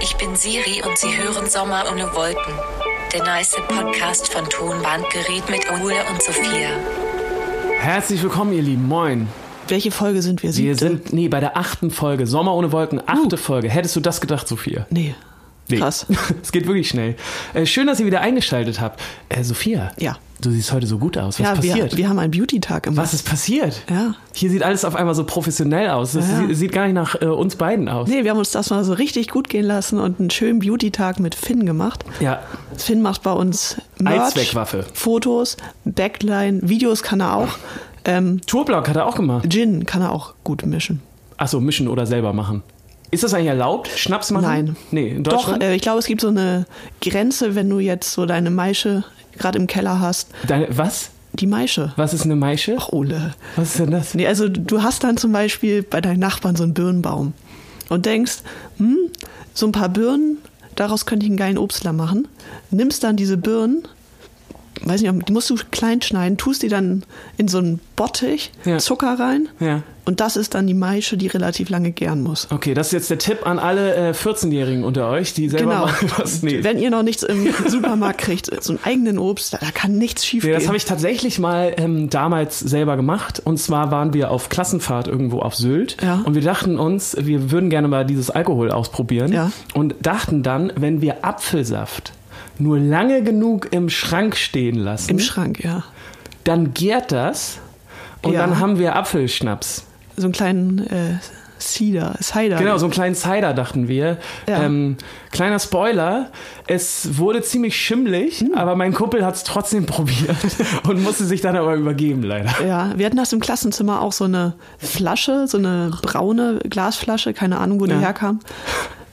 Ich bin Siri und Sie hören Sommer ohne Wolken. Der nice Podcast von Tonbandgerät mit Ole und Sophia. Herzlich willkommen, ihr Lieben. Moin. Welche Folge sind wir? Wir Siebte? Uh. sind, nee, bei der achten Folge. Sommer ohne Wolken, achte Folge. Hättest du das gedacht, Sophia? Nee. Nee. Krass. Es geht wirklich schnell. Äh, schön, dass ihr wieder eingeschaltet habt. Äh, Sophia. Ja. Du siehst heute so gut aus. Was ja, ist passiert? Wir, wir haben einen Beauty-Tag im Was ist passiert? Ja. Hier sieht alles auf einmal so professionell aus. Das Ja, ja. sie- sieht gar nicht nach äh, uns beiden aus. Nee, wir haben uns das mal so richtig gut gehen lassen und einen schönen Beauty-Tag mit Finn gemacht. Ja. Finn macht bei uns Merch, Allzweckwaffe. Fotos, Backline, Videos kann er auch. Ähm, Tourblock hat er auch gemacht. Gin kann er auch gut mischen. Achso, mischen oder selber machen. Ist das eigentlich erlaubt? Schnaps machen? Nein. Nee, in Doch, Deutschland. äh, ich glaube, es gibt so eine Grenze, wenn du jetzt so deine Maische gerade im Keller hast. Deine, was? Die Maische. Was ist eine Maische? Ach, Ole. Was ist denn das? Nee, also du hast dann zum Beispiel bei deinen Nachbarn so einen Birnenbaum und denkst, hm, so ein paar Birnen, daraus könnte ich einen geilen Obstler machen. Nimmst dann diese Birnen, weiß nicht, die musst du klein schneiden, tust die dann in so einen Bottich, Ja. Zucker rein Ja. und das ist dann die Maische, die relativ lange gären muss. Okay, das ist jetzt der Tipp an alle äh, 14-Jährigen unter euch, die selber Genau. mal was nee. Wenn ihr noch nichts im Supermarkt kriegt, so einen eigenen Obst, da, da kann nichts schief Nee, gehen. das habe ich tatsächlich mal ähm, damals selber gemacht. Und zwar waren wir auf Klassenfahrt irgendwo auf Sylt. Ja. Und wir dachten uns, wir würden gerne mal dieses Alkohol ausprobieren. Ja. Und dachten dann, wenn wir Apfelsaft nur lange genug im Schrank stehen lassen, Im Schrank, ja. dann gärt das. Und Ja. dann haben wir Apfelschnaps. So einen kleinen äh, Cider, Cider. Genau, so einen kleinen Cider dachten wir. Ja. Ähm, kleiner Spoiler, es wurde ziemlich schimmelig, aber mein Kumpel hat es trotzdem probiert und musste sich dann aber übergeben, leider. Ja, wir hatten das im Klassenzimmer auch so eine Flasche, so eine braune Glasflasche, keine Ahnung, wo die Ja. herkam.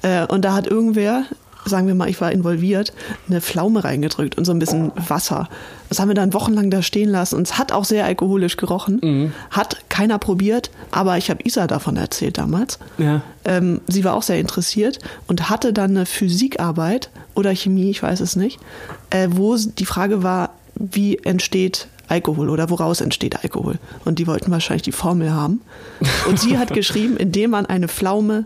Äh, und da hat irgendwer, sagen wir mal, ich war involviert, eine Pflaume reingedrückt und so ein bisschen Wasser. Das haben wir dann wochenlang da stehen lassen und es hat auch sehr alkoholisch gerochen. Hat keiner probiert, aber ich habe Isa davon erzählt damals. Ja. Ähm, sie war auch sehr interessiert und hatte dann eine Physikarbeit oder Chemie, ich weiß es nicht, äh, wo s- die Frage war, wie entsteht Alkohol oder woraus entsteht Alkohol? Und die wollten wahrscheinlich die Formel haben. Und sie hat geschrieben, indem man eine Pflaume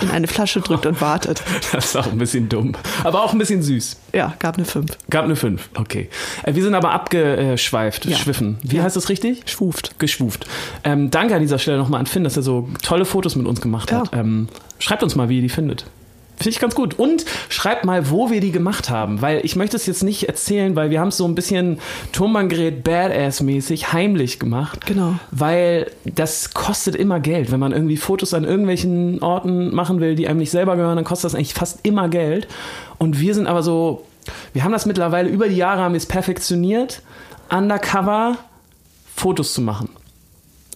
in eine Flasche drückt und wartet. Das ist auch ein bisschen dumm, aber auch ein bisschen süß. Ja, gab eine 5. Gab eine 5, okay. Äh, Wir sind aber abgeschweift, Ja. schwiffen. Wie Ja. heißt das richtig? Schwuft. Geschwuft. Ähm, danke an dieser Stelle nochmal an Finn, dass er so tolle Fotos mit uns gemacht hat. Ja. Ähm, schreibt uns mal, wie ihr die findet. Finde ich ganz gut. Und schreibt mal, wo wir die gemacht haben, weil ich möchte es jetzt nicht erzählen, weil wir haben es so ein bisschen Turmbahngerät Badass-mäßig heimlich gemacht. Genau. Weil das kostet immer Geld. Wenn man irgendwie Fotos an irgendwelchen Orten machen will, die einem nicht selber gehören, dann kostet das eigentlich fast immer Geld. Und wir sind aber so, wir haben das mittlerweile über die Jahre haben wir es perfektioniert, undercover Fotos zu machen.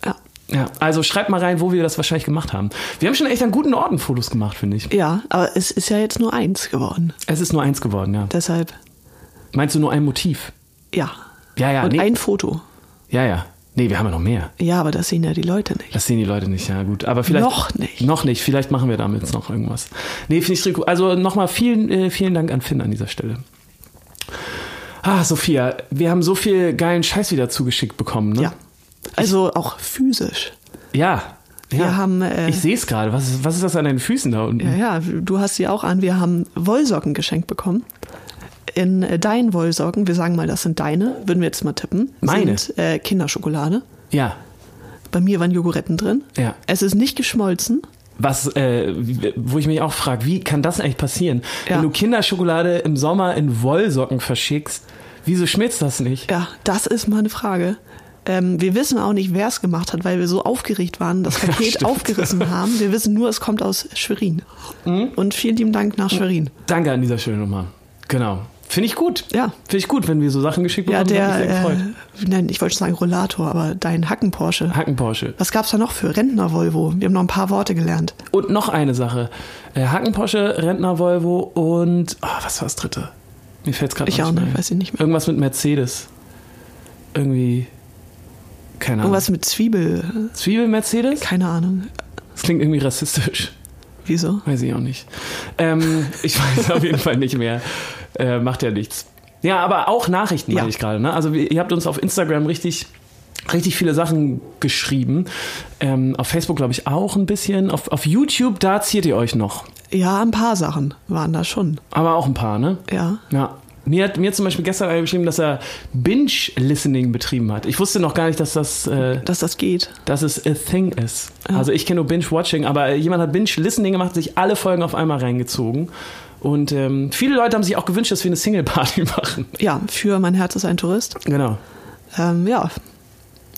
Ja. Ja, also schreibt mal rein, wo wir das wahrscheinlich gemacht haben. Wir haben schon echt an guten Orten Fotos gemacht, finde ich. ja, aber es ist ja jetzt nur eins geworden. Es ist nur eins geworden, ja. Deshalb, Meinst du nur ein Motiv? ja. Ja, ja, und nee. ein Foto. Ja, ja. Nee, wir haben ja noch mehr. Ja, aber das sehen ja die Leute nicht. Das sehen die Leute nicht, ja gut. Aber vielleicht. Noch nicht. Noch nicht. Vielleicht machen wir damit jetzt noch irgendwas. Nee, finde ich richtig cool. Also nochmal vielen, äh, vielen Dank an Finn an dieser Stelle. Ah, Sophia, wir haben so viel geilen Scheiß wieder zugeschickt bekommen, ne? Ja. Also auch physisch. Ja. ja. Wir haben, äh, ich sehe es gerade. Was ist, was ist das an deinen Füßen da unten? Ja, ja, du hast sie auch an. Wir haben Wollsocken geschenkt bekommen. In äh, deinen Wollsocken, wir sagen mal, das sind deine, würden wir jetzt mal tippen. Meine? Sind, äh, Kinderschokolade. ja. Bei mir waren Joguretten drin. Ja. Es ist nicht geschmolzen. Was, äh, wie- wo ich mich auch frage, wie kann das eigentlich passieren? Ja. Wenn du Kinderschokolade im Sommer in Wollsocken verschickst, wieso schmilzt das nicht? Ja, das ist mal eine Frage. Ähm, wir wissen auch nicht, wer es gemacht hat, weil wir so aufgeregt waren, das Paket stimmt. aufgerissen haben. Wir wissen nur, es kommt aus Schwerin. Mhm. Und vielen lieben Dank nach Schwerin. Danke an dieser Stelle nochmal. Genau. Finde ich gut. Ja. Finde ich gut, wenn wir so Sachen geschickt Ja, bekommen. Hat mich sehr der, äh, gefreut. nein, ich wollte schon sagen Rollator, aber dein Hacken Porsche. Hackenporsche. Was gab's da noch für Rentner Volvo? Wir haben noch ein paar Worte gelernt. Und noch eine Sache. Äh, Hackenporsche, Rentner Volvo und ah, was war das dritte? Mir fällt es gerade Ich auch nicht, weiß ich nicht mehr. Irgendwas mit Mercedes. Irgendwie. Keine Ahnung. Irgendwas mit Zwiebel. Zwiebel Mercedes? Keine Ahnung. Das klingt irgendwie rassistisch. Wieso? Weiß ich auch nicht. Ähm, ich weiß auf jeden Fall nicht mehr. Äh, macht ja nichts. Ja, aber auch Nachrichten Ja. meine ich gerade. Ne? Also wir- ihr habt uns auf Instagram richtig, richtig viele Sachen geschrieben. Ähm, auf Facebook glaube ich auch ein bisschen. Auf, auf YouTube, da ziert ihr euch noch. Ja, ein paar Sachen waren da schon. Aber auch ein paar, ne? Ja. Ja. Mir hat mir zum Beispiel gestern einer geschrieben, dass er Binge-Listening betrieben hat. Ich wusste noch gar nicht, dass das, äh, Dass das geht. dass es a thing ist. Ah. Also ich kenne nur Binge-Watching, aber jemand hat Binge-Listening gemacht, sich alle Folgen auf einmal reingezogen. Und ähm, viele Leute haben sich auch gewünscht, dass wir eine Single-Party machen. Ja, für Mein Herz ist ein Tourist. Genau. Ähm, ja,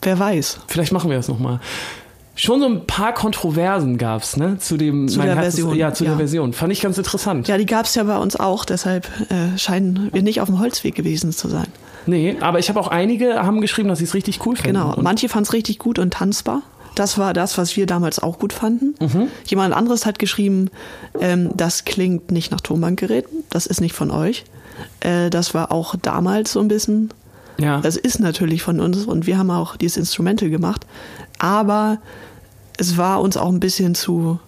wer weiß. Vielleicht machen wir das nochmal. Schon so ein paar Kontroversen gab es, ne? Zu dem Zu der Version, Ja, zu ja. der Version. Fand ich ganz interessant. Ja, die gab es ja bei uns auch, deshalb äh, scheinen wir nicht auf dem Holzweg gewesen zu sein. Nee, aber ich habe auch einige haben geschrieben, dass sie es richtig cool finden. Genau. Und Manche fanden es richtig gut und tanzbar. Das war das, was wir damals auch gut fanden. Jemand anderes hat geschrieben, ähm, das klingt nicht nach Tonbandgerät, das ist nicht von euch. Äh, das war auch damals so ein bisschen ja. Das ist natürlich von uns und wir haben auch dieses Instrumental gemacht. Aber es war uns auch ein bisschen zu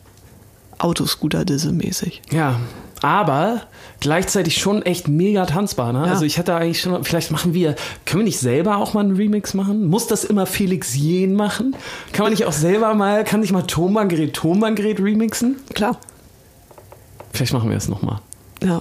Autoscooter-Disse-mäßig. Ja, aber gleichzeitig schon echt mega tanzbar. Ne? Ja. Also ich hatte eigentlich schon, vielleicht machen wir, können wir nicht selber auch mal einen Remix machen? Muss das immer Felix Jen machen? Kann man nicht auch selber mal, kann nicht mal Tonbandgerät, Tonbandgerät remixen? Klar. Vielleicht machen wir es nochmal. Ja.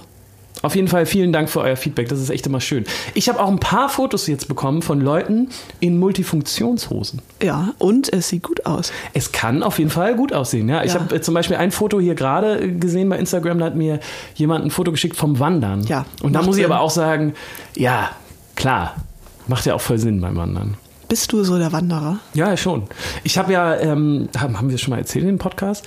Auf jeden Fall vielen Dank für euer Feedback, das ist echt immer schön. Ich habe auch ein paar Fotos jetzt bekommen von Leuten in Multifunktionshosen. ja, und es sieht gut aus. Es kann auf jeden Fall gut aussehen. Ja, ich Ja. habe äh, zum Beispiel ein Foto hier gerade äh, gesehen bei Instagram, da hat mir jemand ein Foto geschickt vom Wandern. Ja, Und da macht muss ich Sinn. aber auch sagen, ja, klar, macht ja auch voll Sinn beim Wandern. Bist du so der Wanderer? Ja, ja, schon. Ich habe ja, ähm, haben, haben wir das schon mal erzählt in dem Podcast?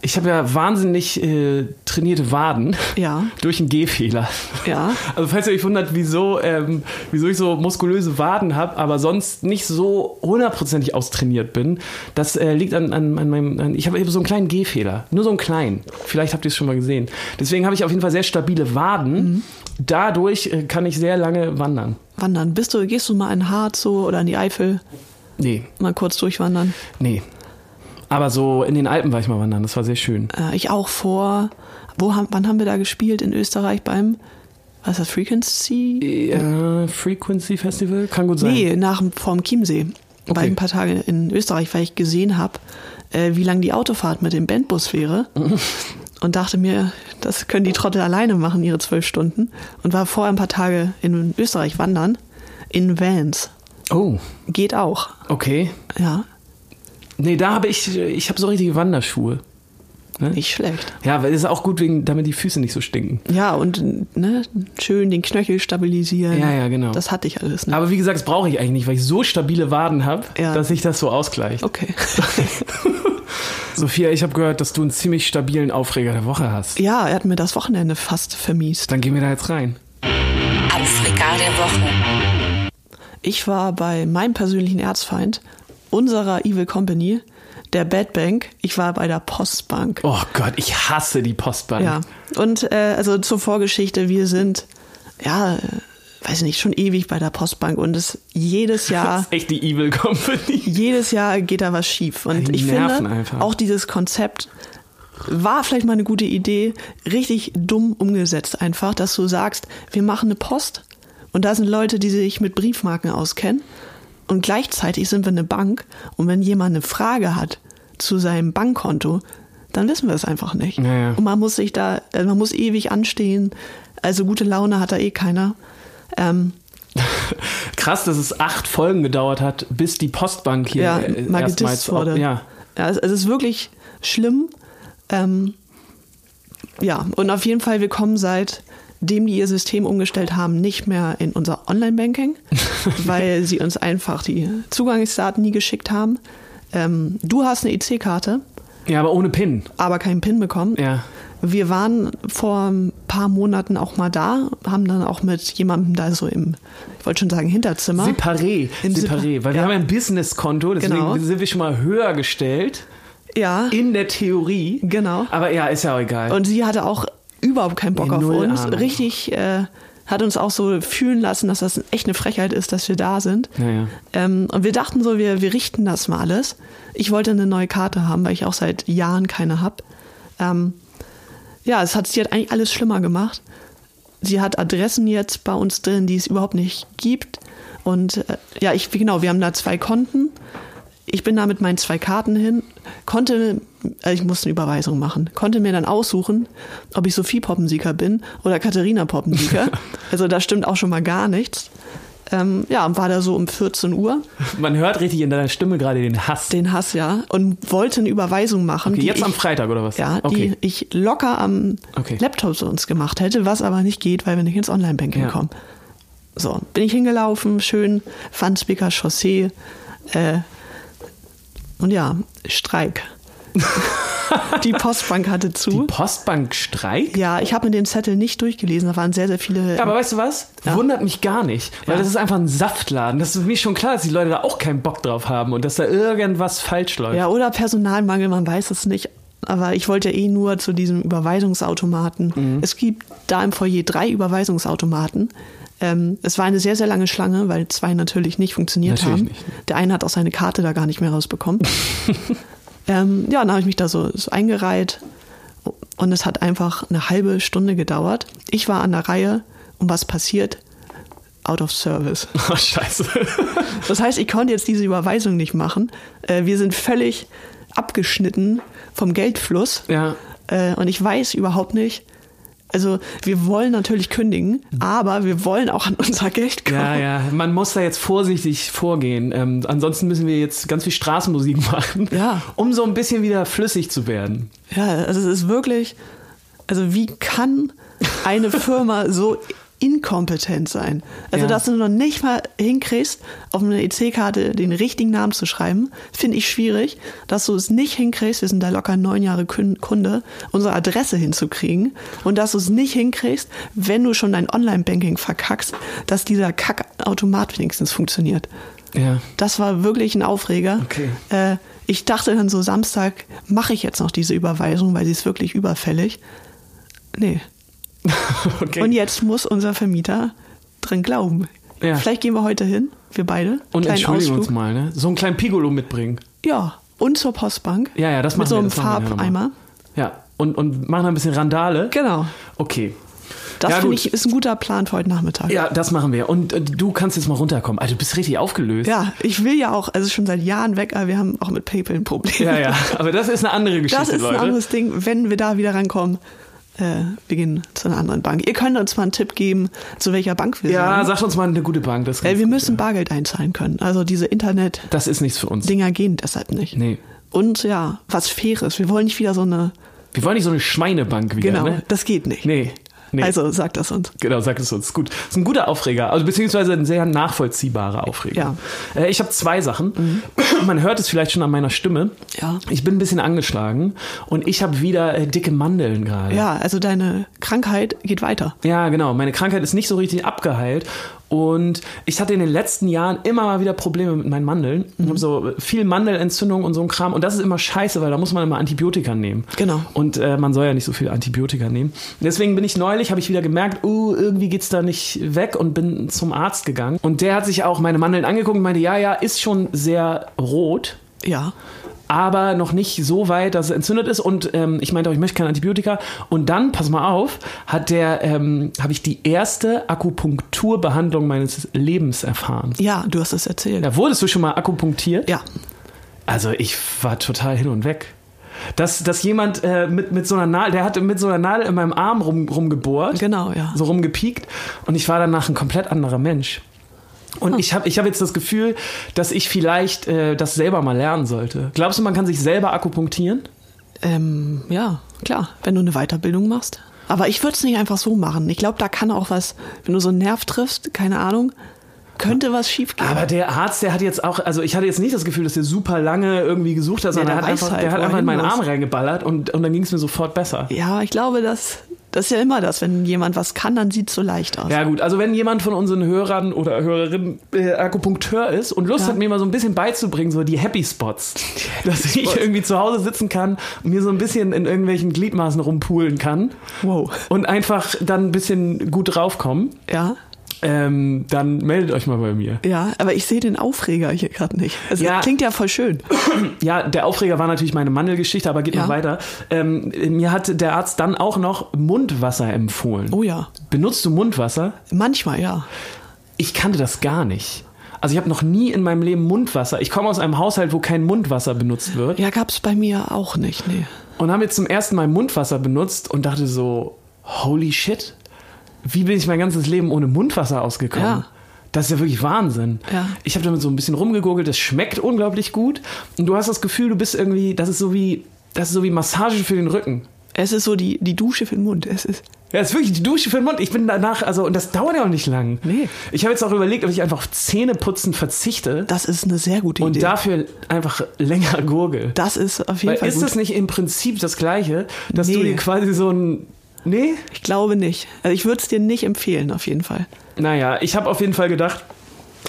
Ich habe ja wahnsinnig äh, trainierte Waden Ja. durch einen Gehfehler. Ja. Also falls ihr euch wundert, wieso, ähm, wieso ich so muskulöse Waden habe, aber sonst nicht so hundertprozentig austrainiert bin, das äh, liegt an, an, an meinem... An, ich habe eben so einen kleinen Gehfehler. Nur so einen kleinen. Vielleicht habt ihr es schon mal gesehen. Deswegen habe ich auf jeden Fall sehr stabile Waden. Mhm. Dadurch äh, kann ich sehr lange wandern. Wandern. Bist du, gehst du mal in Harz so oder in die Eifel, Nee, mal kurz durchwandern? nee. Aber so in den Alpen war ich mal wandern. Das war sehr schön. Äh, ich auch vor. Wo haben, wann haben wir da gespielt? In Österreich beim, was ist das, Frequency? Äh, Frequency Festival? Kann gut sein. Nee, nach dem- vorm Chiemsee. War ich ein paar Tage in Österreich, weil ich gesehen habe, äh, wie lang die Autofahrt mit dem Bandbus wäre. und dachte mir, das können die Trottel alleine machen, ihre zwölf Stunden. Und war vorher ein paar Tage in Österreich wandern. In Vans. Oh, Geht auch. okay. Ja, Nee, da habe ich, ich habe so richtige Wanderschuhe. Ne? nicht schlecht. Ja, weil es ist auch gut, wegen, damit die Füße nicht so stinken. Ja, und ne, schön den Knöchel stabilisieren. Ja, ja, genau. Das hatte ich alles. Ne? Aber wie gesagt, das brauche ich eigentlich nicht, weil ich so stabile Waden habe, Ja. dass sich das so ausgleicht. Okay. Sophia, ich habe gehört, dass du einen ziemlich stabilen Aufreger der Woche hast. ja, er hat mir das Wochenende fast vermiest. Dann gehen wir da jetzt rein. Aufreger der Woche. Ich war bei meinem persönlichen Erzfeind, unserer Evil Company, der Bad Bank. Ich war bei der Postbank. Oh Gott, ich hasse die Postbank. Ja. Und äh, also zur Vorgeschichte, wir sind, ja, äh, weiß nicht, schon ewig bei der Postbank und es jedes Das Jahr. ist echt die Evil Company. jedes Jahr geht da was schief. Und Die ich nerven finde, einfach. auch dieses Konzept war vielleicht mal eine gute Idee, richtig dumm umgesetzt einfach, dass du sagst, wir machen eine Post und da sind Leute, die sich mit Briefmarken auskennen und gleichzeitig sind wir eine Bank und wenn jemand eine Frage hat zu seinem Bankkonto, dann wissen wir es einfach nicht. Ja, ja. Und man muss sich da, äh, man muss ewig anstehen. Also gute Laune hat da eh keiner. Ähm, Krass, dass es acht Folgen gedauert hat, bis die Postbank hier ja, äh, mal erstmals gedisst wurde. Ja. Ja, es, es ist wirklich schlimm. Ähm, ja, und auf jeden Fall, wir kommen seitdem die ihr System umgestellt haben, nicht mehr in unser Online-Banking, weil sie uns einfach die Zugangsdaten nie geschickt haben. Ähm, du hast eine EC-Karte, ja, aber ohne PIN. aber keinen PIN bekommen. Ja. Wir waren vor ein paar Monaten auch mal da, haben dann auch mit jemandem da so im, ich wollte schon sagen, Hinterzimmer. Separé. Im Separé. Separ- Weil wir ja. haben ein Businesskonto, deswegen Genau. sind wir schon mal höher gestellt. ja. In der Theorie. Genau. Aber ja, ist ja auch egal. Und sie hatte auch überhaupt keinen Bock Nee, auf null uns. Ahnung. Richtig, äh, hat uns auch so fühlen lassen, dass das echt eine Frechheit ist, dass wir da sind. Naja. Ähm, und wir dachten so, wir, wir richten das mal alles. Ich wollte eine neue Karte haben, weil ich auch seit Jahren keine habe. Ähm, ja, es hat, sie hat eigentlich alles schlimmer gemacht. Sie hat Adressen jetzt bei uns drin, die es überhaupt nicht gibt. Und äh, ja, ich, genau, wir haben da zwei Konten. Ich bin da mit meinen zwei Karten hin, konnte äh, ich musste eine Überweisung machen. Konnte mir dann aussuchen, ob ich Sophie Poppensieger bin oder Katharina Poppensieger. also da stimmt auch schon mal gar nichts. Ähm, ja, und war da so um 14 Uhr, Man hört richtig in deiner Stimme gerade den Hass. den Hass ja, und wollte eine Überweisung machen. okay, die jetzt ich, am Freitag oder was? Ja, okay. die ich locker am Okay. Laptop sonst gemacht hätte, was aber nicht geht, weil wir nicht ins Online-Banking Ja. kommen. So, bin ich hingelaufen, schön, Fanspeaker Chaussee. Äh, und ja, Streik. die Postbank hatte Die zu. Postbank streikt? ja, ich habe mir den Zettel nicht durchgelesen, da waren sehr, sehr viele. Ja, aber weißt du was? Ja. Wundert mich gar nicht, weil Ja. das ist einfach ein Saftladen. Das ist mir schon klar, dass die Leute da auch keinen Bock drauf haben und dass da irgendwas falsch läuft. ja, oder Personalmangel, man weiß es nicht. Aber ich wollte ja eh nur zu diesem Überweisungsautomaten. Mhm. Es gibt da im Foyer drei Überweisungsautomaten. Ähm, es war eine sehr, sehr lange Schlange, weil zwei natürlich nicht funktioniert Natürlich haben. nicht. ne. Der eine hat auch seine Karte da gar nicht mehr rausbekommen. ähm, ja, dann habe ich mich da so, so eingereiht und es hat einfach eine halbe Stunde gedauert. Ich war an der Reihe und was passiert? Out of service. Oh, scheiße. Das heißt, ich konnte jetzt diese Überweisung nicht machen. Äh, wir sind völlig abgeschnitten vom Geldfluss. Ja. Äh, und ich weiß überhaupt nicht. Also, wir wollen natürlich kündigen, aber wir wollen auch an unser Geld kommen. Ja, ja, man muss da jetzt vorsichtig vorgehen. Ähm, ansonsten müssen wir jetzt ganz viel Straßenmusik machen, Ja. um so ein bisschen wieder flüssig zu werden. Ja, also es ist wirklich, also wie kann eine Firma so inkompetent sein? Also, Ja. dass du noch nicht mal hinkriegst, auf eine EC-Karte den richtigen Namen zu schreiben, finde ich schwierig. Dass du es nicht hinkriegst, wir sind da locker neun Jahre Kun- Kunde, unsere Adresse hinzukriegen. Und dass du es nicht hinkriegst, wenn du schon dein Online-Banking verkackst, dass dieser Kackautomat wenigstens funktioniert. Ja. Das war wirklich ein Aufreger. Okay. Äh, ich dachte dann so Samstag, mache ich jetzt noch diese Überweisung, weil sie ist wirklich überfällig. Nee. Okay. Und jetzt muss unser Vermieter dran glauben. Ja. Vielleicht gehen wir heute hin, wir beide. Und Kleinen entschuldigen Ausflug. uns mal, ne? So einen kleinen Piccolo mitbringen. Ja. Und zur Postbank. Ja, ja, das machen Mit so wir. einem das machen wir ja nochmal. Farbeimer. Ja, und, und machen da ein bisschen Randale. Genau. Okay. Das ja, finde gut. ich ist ein guter Plan für heute Nachmittag. Ja, das machen wir. Und äh, du kannst jetzt mal runterkommen. Also du bist richtig aufgelöst. Ja, ich will ja auch, also schon seit Jahren weg, aber wir haben auch mit PayPal ein Problem. ja, ja. Aber das ist eine andere Geschichte, Das ist ein Leute. anderes Ding, wenn wir da wieder rankommen. Äh, wir gehen zu einer anderen Bank. Ihr könnt uns mal einen Tipp geben, zu welcher Bank wir ja, sind. sag uns mal eine gute Bank. Das, ist Äh, ganz wir gut, müssen ja. Bargeld einzahlen können. Also diese Internet-Dinger das ist nichts für uns. gehen deshalb nicht. Nee. Und ja, was Faires. Wir wollen nicht wieder so eine. Wir wollen nicht so eine Schweinebank wieder, Genau, ne? das geht nicht. Nee. Nee. Also sagt das uns. Genau, sag es uns. Gut. Das ist ein guter Aufreger, also beziehungsweise ein sehr nachvollziehbarer Aufreger. Ja. Äh, ich habe zwei Sachen. Man hört es vielleicht schon an meiner Stimme. Mhm. Ja. Ich bin ein bisschen angeschlagen und ich habe wieder äh, dicke Mandeln gerade. Ja, also deine Krankheit geht weiter. Ja, genau. Meine Krankheit ist nicht so richtig abgeheilt. Und ich hatte in den letzten Jahren immer mal wieder Probleme mit meinen Mandeln. Ich habe so viel Mandelentzündung und so ein Kram. Und das ist immer scheiße, weil da muss man immer Antibiotika nehmen. Genau. Und äh, man soll ja nicht so viel Antibiotika nehmen. Deswegen bin ich neulich, habe ich wieder gemerkt, uh, irgendwie geht's da nicht weg und bin zum Arzt gegangen. Und der hat sich auch meine Mandeln angeguckt und meinte, ja, ja, ist schon sehr rot Ja. aber noch nicht so weit, dass es entzündet ist. Und ähm, ich meinte auch, ich möchte kein Antibiotika. Und dann, pass mal auf, hat der, ähm, habe ich die erste Akupunkturbehandlung meines Lebens erfahren. Ja, du hast es erzählt. Da wurdest du schon mal akupunktiert? ja. Also ich war total hin und weg. Dass, dass jemand äh, mit, mit so einer Nadel, der hatte mit so einer Nadel in meinem Arm rum, rumgebohrt Genau, ja. so rumgepiekt und ich war danach ein komplett anderer Mensch. Und Hm. ich habe ich hab jetzt das Gefühl, dass ich vielleicht äh, das selber mal lernen sollte. Glaubst du, man kann sich selber akupunktieren? Ähm, ja, klar, wenn du eine Weiterbildung machst. Aber ich würde es nicht einfach so machen. Ich glaube, da kann auch was, wenn du so einen Nerv triffst, keine Ahnung, könnte was schief gehen. Aber der Arzt, der hat jetzt auch, also ich hatte jetzt nicht das Gefühl, dass der super lange irgendwie gesucht hat, sondern der der hat weiß einfach, halt, der hat wo er einfach in meinen hin muss. Arm reingeballert und, und dann ging es mir sofort besser. ja, ich glaube, das, das ist ja immer das. Wenn jemand was kann, dann sieht es so leicht aus. Ja gut, also wenn jemand von unseren Hörern oder Hörerinnen äh, Akupunkteur ist und Lust Ja. hat, mir mal so ein bisschen beizubringen, so die Happy Spots, dass ich irgendwie zu Hause sitzen kann und mir so ein bisschen in irgendwelchen Gliedmaßen rumpulen kann Wow. und einfach dann ein bisschen gut draufkommen, Ja, ähm, dann meldet euch mal bei mir. ja, aber ich sehe den Aufreger hier gerade nicht. Also Ja. das klingt ja voll schön. Ja, der Aufreger war natürlich meine Mandelgeschichte, aber geht Ja. noch weiter. Ähm, mir hat der Arzt dann auch noch Mundwasser empfohlen. Oh ja, Benutzt du Mundwasser? manchmal ja. Ich kannte das gar nicht. Also ich habe noch nie in meinem Leben Mundwasser. Ich komme aus einem Haushalt, wo kein Mundwasser benutzt wird. Ja, gab's bei mir auch nicht, nee. Und habe jetzt zum ersten Mal Mundwasser benutzt und dachte so, holy shit, wie bin ich mein ganzes Leben ohne Mundwasser ausgekommen? Ja. Das ist ja wirklich Wahnsinn. Ja. Ich habe damit so ein bisschen rumgegurgelt, das schmeckt unglaublich gut. Und du hast das Gefühl, du bist irgendwie, das ist so wie, das ist so wie Massage für den Rücken. Es ist so die, die Dusche für den Mund. Es ist. Ja, das ist wirklich die Dusche für den Mund. Ich bin danach, also, und das dauert ja auch nicht lang. Nee. Ich habe jetzt auch überlegt, ob ich einfach auf Zähneputzen verzichte Das ist eine sehr gute und Idee. dafür einfach länger gurgel. das ist auf jeden Weil Fall ist gut. das nicht im Prinzip das Gleiche, dass du Nee. dir quasi so ein. Nee? ich glaube nicht. Also ich würde es dir nicht empfehlen, auf jeden Fall. Naja, ich habe auf jeden Fall gedacht,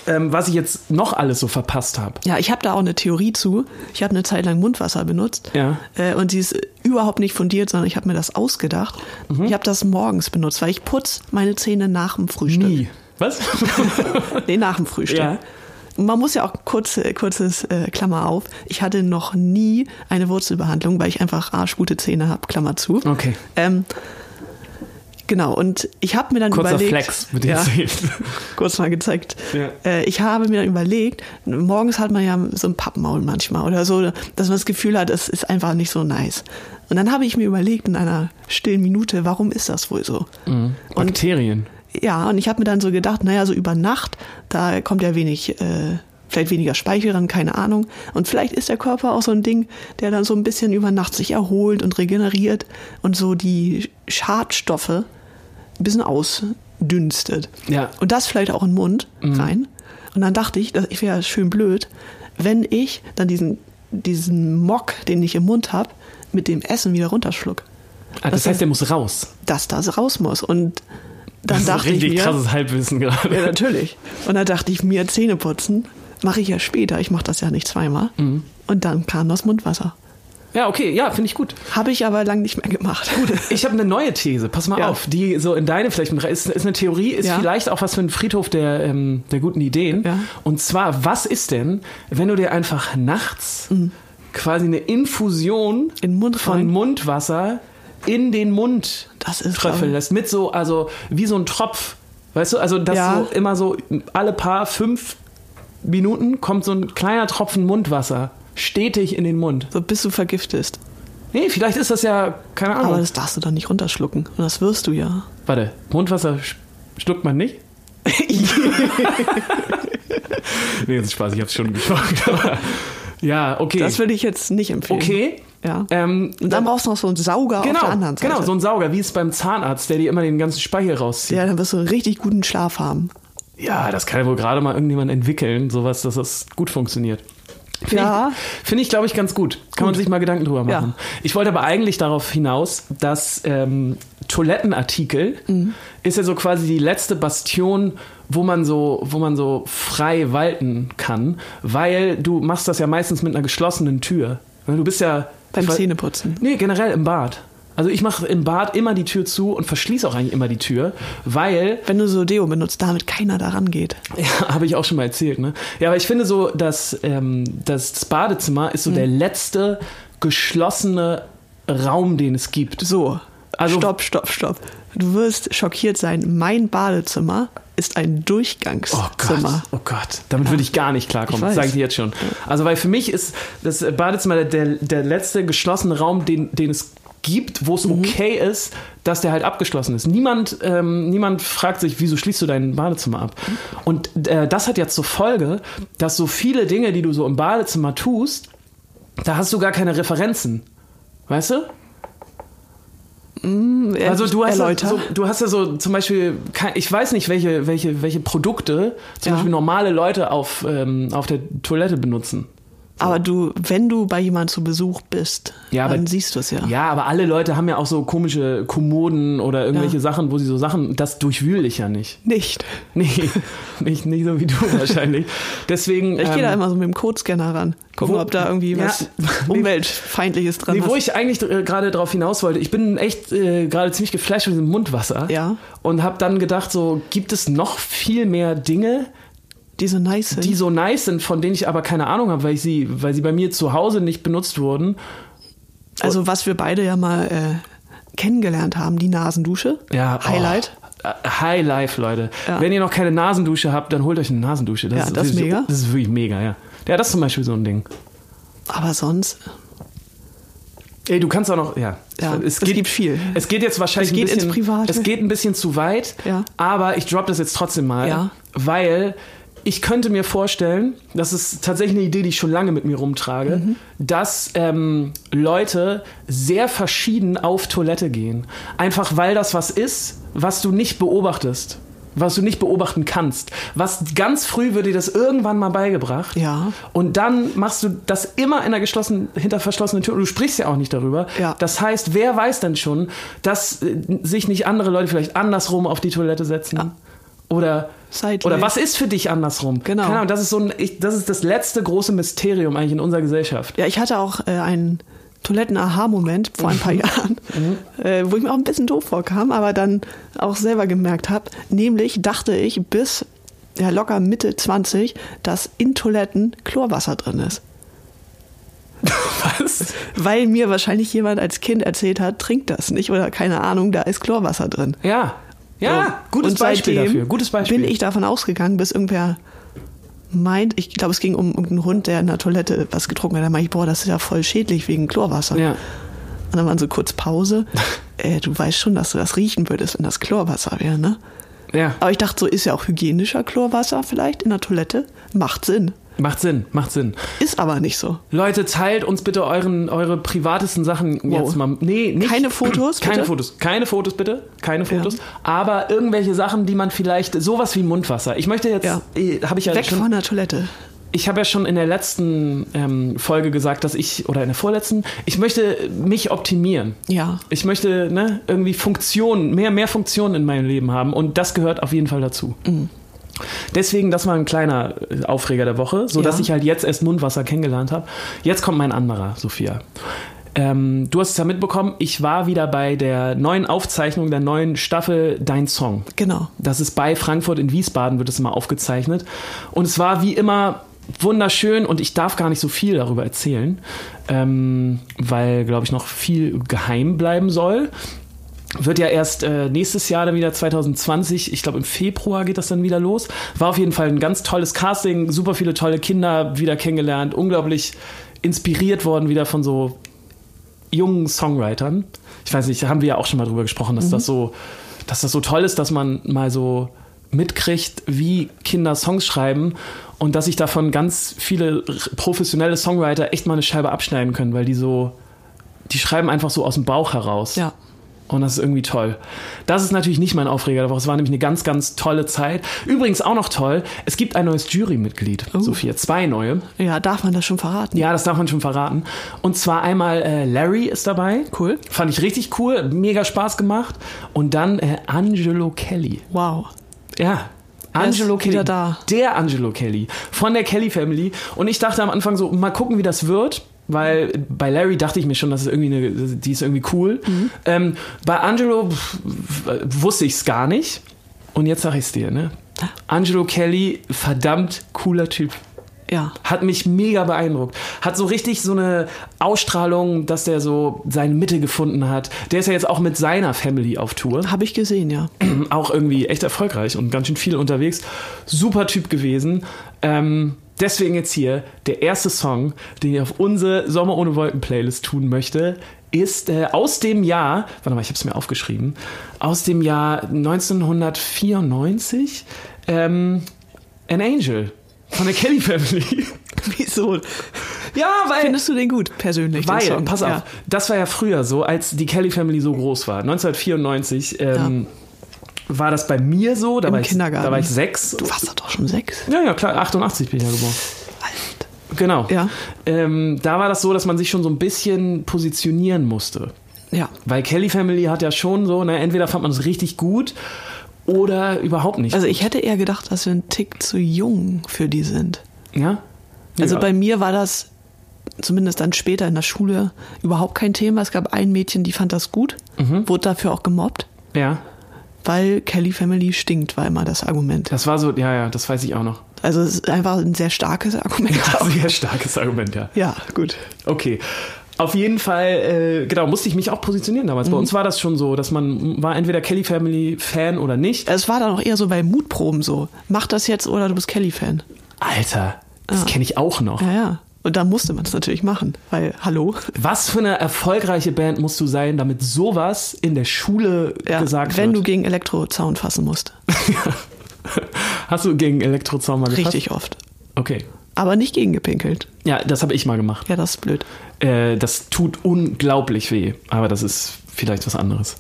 ähm, was ich jetzt noch alles so verpasst habe. Ja, ich habe da auch eine Theorie zu. Ich habe eine Zeit lang Mundwasser benutzt. Ja. Äh, und die ist überhaupt nicht fundiert, sondern ich habe mir das ausgedacht. Mhm. Ich habe das morgens benutzt, weil ich putz meine Zähne nach dem Frühstück. Was? Nee, nach dem Frühstück. Ja. Man muss ja auch kurz, äh, kurzes äh, Klammer auf. Ich hatte noch nie eine Wurzelbehandlung, weil ich einfach arschgute Zähne habe, Klammer zu. Okay. Ähm, genau, und ich habe mir dann Kurzer überlegt. Flex, mit dem ja, es hilft. kurz mal gezeigt. Ja. Äh, ich habe mir dann überlegt, morgens hat man ja so ein Pappmaul manchmal oder so, dass man das Gefühl hat, es ist einfach nicht so nice. Und dann habe ich mir überlegt in einer stillen Minute, warum ist das wohl so? Und Mhm. Bakterien. ja, und ich habe mir dann so gedacht, naja, so über Nacht, da kommt ja wenig, äh, vielleicht weniger Speichel ran, keine Ahnung. Und vielleicht ist der Körper auch so ein Ding, der dann so ein bisschen über Nacht sich erholt und regeneriert und so die Schadstoffe ein bisschen ausdünstet. Ja. Und das vielleicht auch in den Mund Mhm. rein. Und dann dachte ich, dass ich wäre schön blöd, wenn ich dann diesen, diesen Mock, den ich im Mund habe, mit dem Essen wieder runterschluck. Ah, das Das heißt, der muss raus. Dass das raus muss. Und dann das ist dachte ich richtig mir, krasses Halbwissen gerade. ja, natürlich. Und da dachte ich mir, Zähne putzen mache ich ja später. Ich mache das ja nicht zweimal. Mhm. Und dann kam das Mundwasser. Ja, okay, ja, finde ich gut. Habe ich aber lang nicht mehr gemacht. Ich habe eine neue These, pass mal Ja. auf, die so in deine vielleicht mit rein- ist, ist eine Theorie, ist Ja. vielleicht auch was für einen Friedhof der, ähm, der guten Ideen. Ja. Und zwar, was ist denn, wenn du dir einfach nachts quasi eine Infusion Mhm. In den Mund von rein? Mundwasser in den Mund Das ist, tröpfeln ähm, lässt? Mit so, also wie so ein Tropf, weißt du, also das Ja. so immer so alle paar fünf Minuten kommt so ein kleiner Tropfen Mundwasser stetig in den Mund. So bis du vergiftest. Nee, vielleicht ist das ja, keine Ahnung. Aber das darfst du doch nicht runterschlucken. Und das wirst du ja. Warte, Mundwasser sch- schluckt man nicht? nee, das ist Spaß, ich hab's schon geschluckt. aber- ja, okay. Das würde ich jetzt nicht empfehlen. okay. Ja. Ähm, Und dann brauchst du noch so einen Sauger auf der genau, anderen Seite. genau, so ein Sauger, wie es beim Zahnarzt, der dir immer den ganzen Speichel rauszieht. ja, dann wirst du einen richtig guten Schlaf haben. Ja, das kann ja wohl gerade mal irgendjemand entwickeln, sowas, dass das gut funktioniert. Finde Ja. ich, finde ich glaube ich, ganz gut. Kann man sich mal Gedanken drüber machen. Ich wollte aber eigentlich darauf hinaus, dass ähm, Toilettenartikel Mhm. ist ja so quasi die letzte Bastion, wo man so, wo man so frei walten kann, weil du machst das ja meistens mit einer geschlossenen Tür. Du bist ja Beim ich weiß- Zähneputzen. Nee, generell im Bad. Also ich mache im Bad immer die Tür zu und verschließe auch eigentlich immer die Tür, weil Wenn du so Deo benutzt, damit keiner daran geht. ja, habe ich auch schon mal erzählt, ne? Ja, aber ich finde so, dass ähm, das, das Badezimmer ist so der letzte geschlossene Raum, den es gibt. So. Also- stopp, stopp, stopp. Du wirst schockiert sein. Mein Badezimmer ist ein Oh Durchgangszimmer. Gott, oh Gott, damit würde ich gar nicht Ich klarkommen, weiß. sage ich dir jetzt schon. Also weil für mich ist das Badezimmer der, der letzte geschlossene Raum, den, den es gibt, wo es Mhm. okay ist, dass der halt abgeschlossen ist. Niemand, ähm, niemand fragt sich, wieso schließt du dein Badezimmer ab? Und äh, das hat jetzt zur Folge, dass so viele Dinge, die du so im Badezimmer tust, da hast du gar keine Referenzen. Weißt du? Er- Also du hast, ja Äh, erläuter. so, du hast ja so zum Beispiel, kein- ich weiß nicht, welche, welche, welche Produkte zum Ja. Beispiel normale Leute auf, ähm, auf der Toilette benutzen. aber du, wenn du bei jemandem zu Besuch bist, Ja, aber- dann siehst du es ja. Ja, aber alle Leute haben ja auch so komische Kommoden oder irgendwelche Ja. Sachen, wo sie so Sachen, das durchwühle ich ja nicht. Nicht. Nee, nicht, nicht so wie du wahrscheinlich. Deswegen. Ich gehe da ähm, immer so mit dem Codescanner ran. Gucken, wo- ob da irgendwie Ja. was Umweltfeindliches dran Nee, ist. wo ich eigentlich äh, gerade drauf hinaus wollte, ich bin echt äh, gerade ziemlich geflasht von diesem Mundwasser Ja. und habe dann gedacht, so gibt es noch viel mehr Dinge, die so nice sind. die so nice sind, von denen ich aber keine Ahnung habe, weil ich sie, weil sie bei mir zu Hause nicht benutzt wurden. also was wir beide ja mal äh, kennengelernt haben, die Nasendusche. Ja, oh. Highlight. High Life, Leute. Ja. Wenn ihr noch keine Nasendusche habt, dann holt euch eine Nasendusche. Ja, das ist wirklich- mega. Das ist wirklich mega, ja. Ja, das ist zum Beispiel so ein Ding. Aber sonst, Ey, du kannst auch noch, ja. Ja, es gibt viel. Es geht jetzt wahrscheinlich Es geht ein bisschen, ins Private. Es geht ein bisschen zu weit, Ja. aber ich drop das jetzt trotzdem mal, Ja. weil ich könnte mir vorstellen, das ist tatsächlich eine Idee, die ich schon lange mit mir rumtrage, Mhm. dass ähm, Leute sehr verschieden auf Toilette gehen. Einfach weil das was ist, was du nicht beobachtest. Was du nicht beobachten kannst. Was ganz früh wird dir das irgendwann mal beigebracht. Ja. Und dann machst du das immer in einer geschlossenen, hinter verschlossenen Tür und du sprichst ja auch nicht darüber. Ja. Das heißt, wer weiß denn schon, dass äh, sich nicht andere Leute vielleicht andersrum auf die Toilette setzen? Ja. Oder, Sideways. oder was ist für dich andersrum? Genau. Keine Ahnung, das ist so ein, ich, das ist das letzte große Mysterium eigentlich in unserer Gesellschaft. ja, ich hatte auch äh, einen Toiletten-Aha-Moment vor ein paar Jahren, Mhm. äh, wo ich mir auch ein bisschen doof vorkam, aber dann auch selber gemerkt habe. Nämlich dachte ich bis ja, locker Mitte 20, dass in Toiletten Chlorwasser drin ist. Was? Weil mir wahrscheinlich jemand als Kind erzählt hat, trinkt das nicht oder keine Ahnung, da ist Chlorwasser drin. Ja. Ja, So. gutes Und Beispiel seitdem dafür. Gutes Beispiel. Bin ich davon ausgegangen, bis irgendwer meint, ich glaube, es ging um irgendeinen Hund, der in der Toilette was getrunken hat. Da meinte ich, boah, das ist ja voll schädlich wegen Chlorwasser. ja. Und dann waren so kurz Pause. äh, du weißt schon, dass du das riechen würdest, wenn das Chlorwasser wäre, ne? Ja. Aber ich dachte, so ist ja auch hygienischer Chlorwasser vielleicht in der Toilette. Macht Sinn. Macht Sinn, macht Sinn. Ist aber nicht so. Leute, teilt uns bitte euren, eure privatesten Sachen Wow. jetzt mal. Nee, nicht. Keine Fotos, Keine bitte? Fotos. Keine Fotos, bitte. Keine Fotos. Aber irgendwelche Sachen, die man vielleicht. Sowas wie Mundwasser. Ich möchte jetzt. Ja. Äh, hab ich ja Weg schon, von der Toilette. ich habe ja schon in der letzten ähm, Folge gesagt, dass ich. Oder in der vorletzten. Ich möchte mich optimieren. Ja. Ich möchte ne, irgendwie Funktionen, mehr, mehr Funktionen in meinem Leben haben. Und das gehört auf jeden Fall dazu. Deswegen, das war ein kleiner äh, Aufreger der Woche, so dass Ja. ich halt jetzt erst Mundwasser kennengelernt habe. Jetzt kommt mein anderer, Sophia. Ähm, du hast es ja mitbekommen, ich war wieder bei der neuen Aufzeichnung der neuen Staffel Dein Song. Genau. Das ist bei Frankfurt in Wiesbaden, wird es immer aufgezeichnet. Und es war wie immer wunderschön und ich darf gar nicht so viel darüber erzählen, ähm, weil, glaube ich, noch viel geheim bleiben soll. Wird ja erst äh, nächstes Jahr dann wieder 2020, ich glaube im Februar geht das dann wieder los. War auf jeden Fall ein ganz tolles Casting, super viele tolle Kinder wieder kennengelernt, unglaublich inspiriert worden wieder von so jungen Songwritern. Ich weiß nicht, haben wir ja auch schon mal drüber gesprochen, dass das so, dass das so toll ist, dass man mal so mitkriegt, wie Kinder Songs schreiben und dass sich davon ganz viele r- professionelle Songwriter echt mal eine Scheibe abschneiden können, weil die so, die schreiben einfach so aus dem Bauch heraus. Ja. Und das ist irgendwie toll. Das ist natürlich nicht mein Aufreger der Woche. Es war nämlich eine ganz, ganz tolle Zeit. Übrigens auch noch toll, es gibt ein neues Jurymitglied, Sophia. Zwei neue. Ja, darf man das schon verraten? Ja, das darf man schon verraten. Und zwar einmal äh, Larry ist dabei. Cool. Fand ich richtig cool, mega Spaß gemacht. Und dann äh, Angelo Kelly. Wow. Ja. Er ist Angelo Kelly. wieder da. Der Angelo Kelly von der Kelly Family. Und ich dachte am Anfang so, mal gucken, wie das wird. Weil bei Larry dachte ich mir schon, dass es irgendwie eine, die ist irgendwie cool. Ähm, bei Angelo pf, w- wusste ich es gar nicht. Und jetzt sag ich es dir, ne? Angelo Kelly, verdammt cooler Typ. Ja. Hat mich mega beeindruckt. Hat so richtig so eine Ausstrahlung, dass der so seine Mitte gefunden hat. Der ist ja jetzt auch mit seiner Family auf Tour. Habe ich gesehen, ja. Auch irgendwie echt erfolgreich und ganz schön viel unterwegs. Super Typ gewesen. Ähm, deswegen jetzt hier der erste Song, den ich auf unsere Sommer ohne Wolken Playlist tun möchte, ist äh, aus dem Jahr, warte mal, ich habe es mir aufgeschrieben, aus dem Jahr 1994, ähm, An Angel von der Kelly Family. Wieso? ja, weil Findest du den gut, persönlich? weil, den Song? pass auf, Ja. das war ja früher so, als die Kelly Family so groß war. 1994 ähm, war das bei mir so, da, Im war, ich, Kindergarten. da war ich sechs. Du warst doch doch schon sechs. Ja, ja, klar, 88 bin ich ja geboren. Alt. Genau. Ja. Ähm, da war das so, dass man sich schon so ein bisschen positionieren musste. Ja. Weil Kelly Family hat ja schon so, na, entweder fand man es richtig gut oder überhaupt nicht. Also ich hätte eher gedacht, dass wir einen Tick zu jung für die sind. ja? Also ja. bei mir war das zumindest dann später in der Schule überhaupt kein Thema. Es gab ein Mädchen, die fand das gut, Mhm. wurde dafür auch gemobbt, Ja, weil Kelly Family stinkt, war immer das Argument. das war so, ja, ja, das weiß ich auch noch. Also es ist einfach ein sehr starkes Argument. Sehr starkes Argument, ja. Ja, gut. Okay. Auf jeden Fall, äh, genau, musste ich mich auch positionieren damals. Mhm. Bei uns war das schon so, dass man war entweder Kelly Family Fan oder nicht. Es war dann auch eher so bei Mutproben so. Mach das jetzt oder du bist Kelly-Fan. Alter, das Ah. kenne ich auch noch. Ja, ja. Und da musste man es natürlich machen, weil, hallo, Was für eine erfolgreiche Band musst du sein, damit sowas in der Schule ja, gesagt wenn du wird? gegen Elektrozaun fassen musst. Hast du gegen Elektrozaun mal gefasst? Richtig oft. Okay. Aber nicht gegengepinkelt. Ja, das habe ich mal gemacht. Ja, das ist blöd. Äh, das tut unglaublich weh. Aber das ist vielleicht was anderes.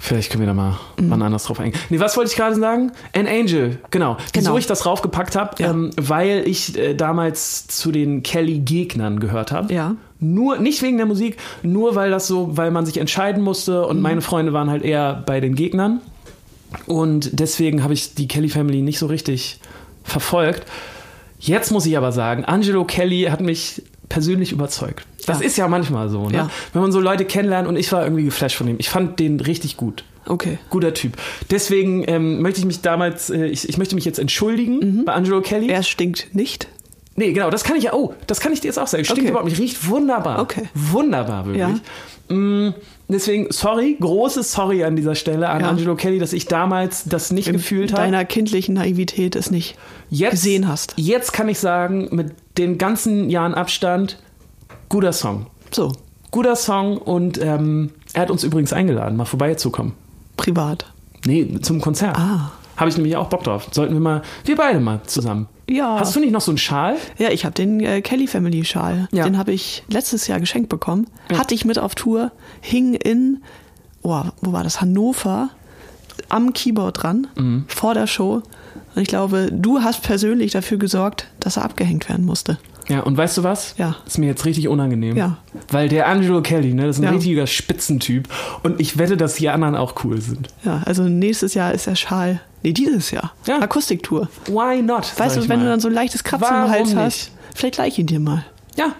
Vielleicht können wir da mal Mhm. wann anders drauf eingehen. Nee, was wollte ich gerade sagen? An Angel, genau. Wieso Genau. ich das raufgepackt habe, Ja. ähm, weil ich äh, damals zu den Kelly-Gegnern gehört habe. Ja. Nur, nicht wegen der Musik, nur weil das so, weil man sich entscheiden musste Mhm. und meine Freunde waren halt eher bei den Gegnern. Und deswegen habe ich die Kelly Family nicht so richtig verfolgt. Jetzt muss ich aber sagen, Angelo Kelly hat mich persönlich überzeugt. Das Ja. ist ja manchmal so, ne? Ja. wenn man so Leute kennenlernt und ich war irgendwie geflasht von ihm. Ich fand den richtig gut. Okay. Guter Typ. Deswegen ähm, möchte ich mich damals, äh, ich, ich möchte mich jetzt Mhm. entschuldigen bei Angelo Kelly. Er stinkt nicht. Nee, genau, das kann ich ja, oh, das kann ich dir jetzt auch sagen. Stinkt Okay. überhaupt nicht, riecht wunderbar. Okay. Wunderbar, wirklich. Mm, deswegen, sorry, großes Sorry an dieser Stelle an Ja. Angelo Kelly, dass ich damals das nicht gefühlt habe. Deiner kindlichen Naivität ist nicht. jetzt, gesehen hast. Jetzt kann ich sagen, mit den ganzen Jahren Abstand, guter Song. So, Guter Song und ähm, er hat uns übrigens eingeladen, mal vorbeizukommen. privat. Nee, zum Konzert. Ah. Habe ich nämlich auch Bock drauf. Sollten wir mal, wir beide mal zusammen. Ja. Hast du nicht noch so einen Schal? Ja, ich habe den äh, Kelly Family Schal. Ja. Den habe ich letztes Jahr geschenkt bekommen. Hatte ich mit auf Tour, hing in, oh, wo war das? Hannover, am Keyboard dran, Mhm. vor der Show. Und ich glaube, du hast persönlich dafür gesorgt, dass er abgehängt werden musste. Ja, und weißt du was? Ja. Ist mir jetzt richtig unangenehm. Ja. Weil der Angelo Kelly, ne, das ist ein Ja. richtiger Spitzentyp. Und ich wette, dass die anderen auch cool sind. Ja, also nächstes Jahr ist der Schal. Nee, dieses Jahr. Ja. Akustiktour. Why not? Weißt sag du, ich wenn mal. du dann so ein leichtes Kratzen Warum im Hals nicht? hast, vielleicht leih ihn dir mal. Ja.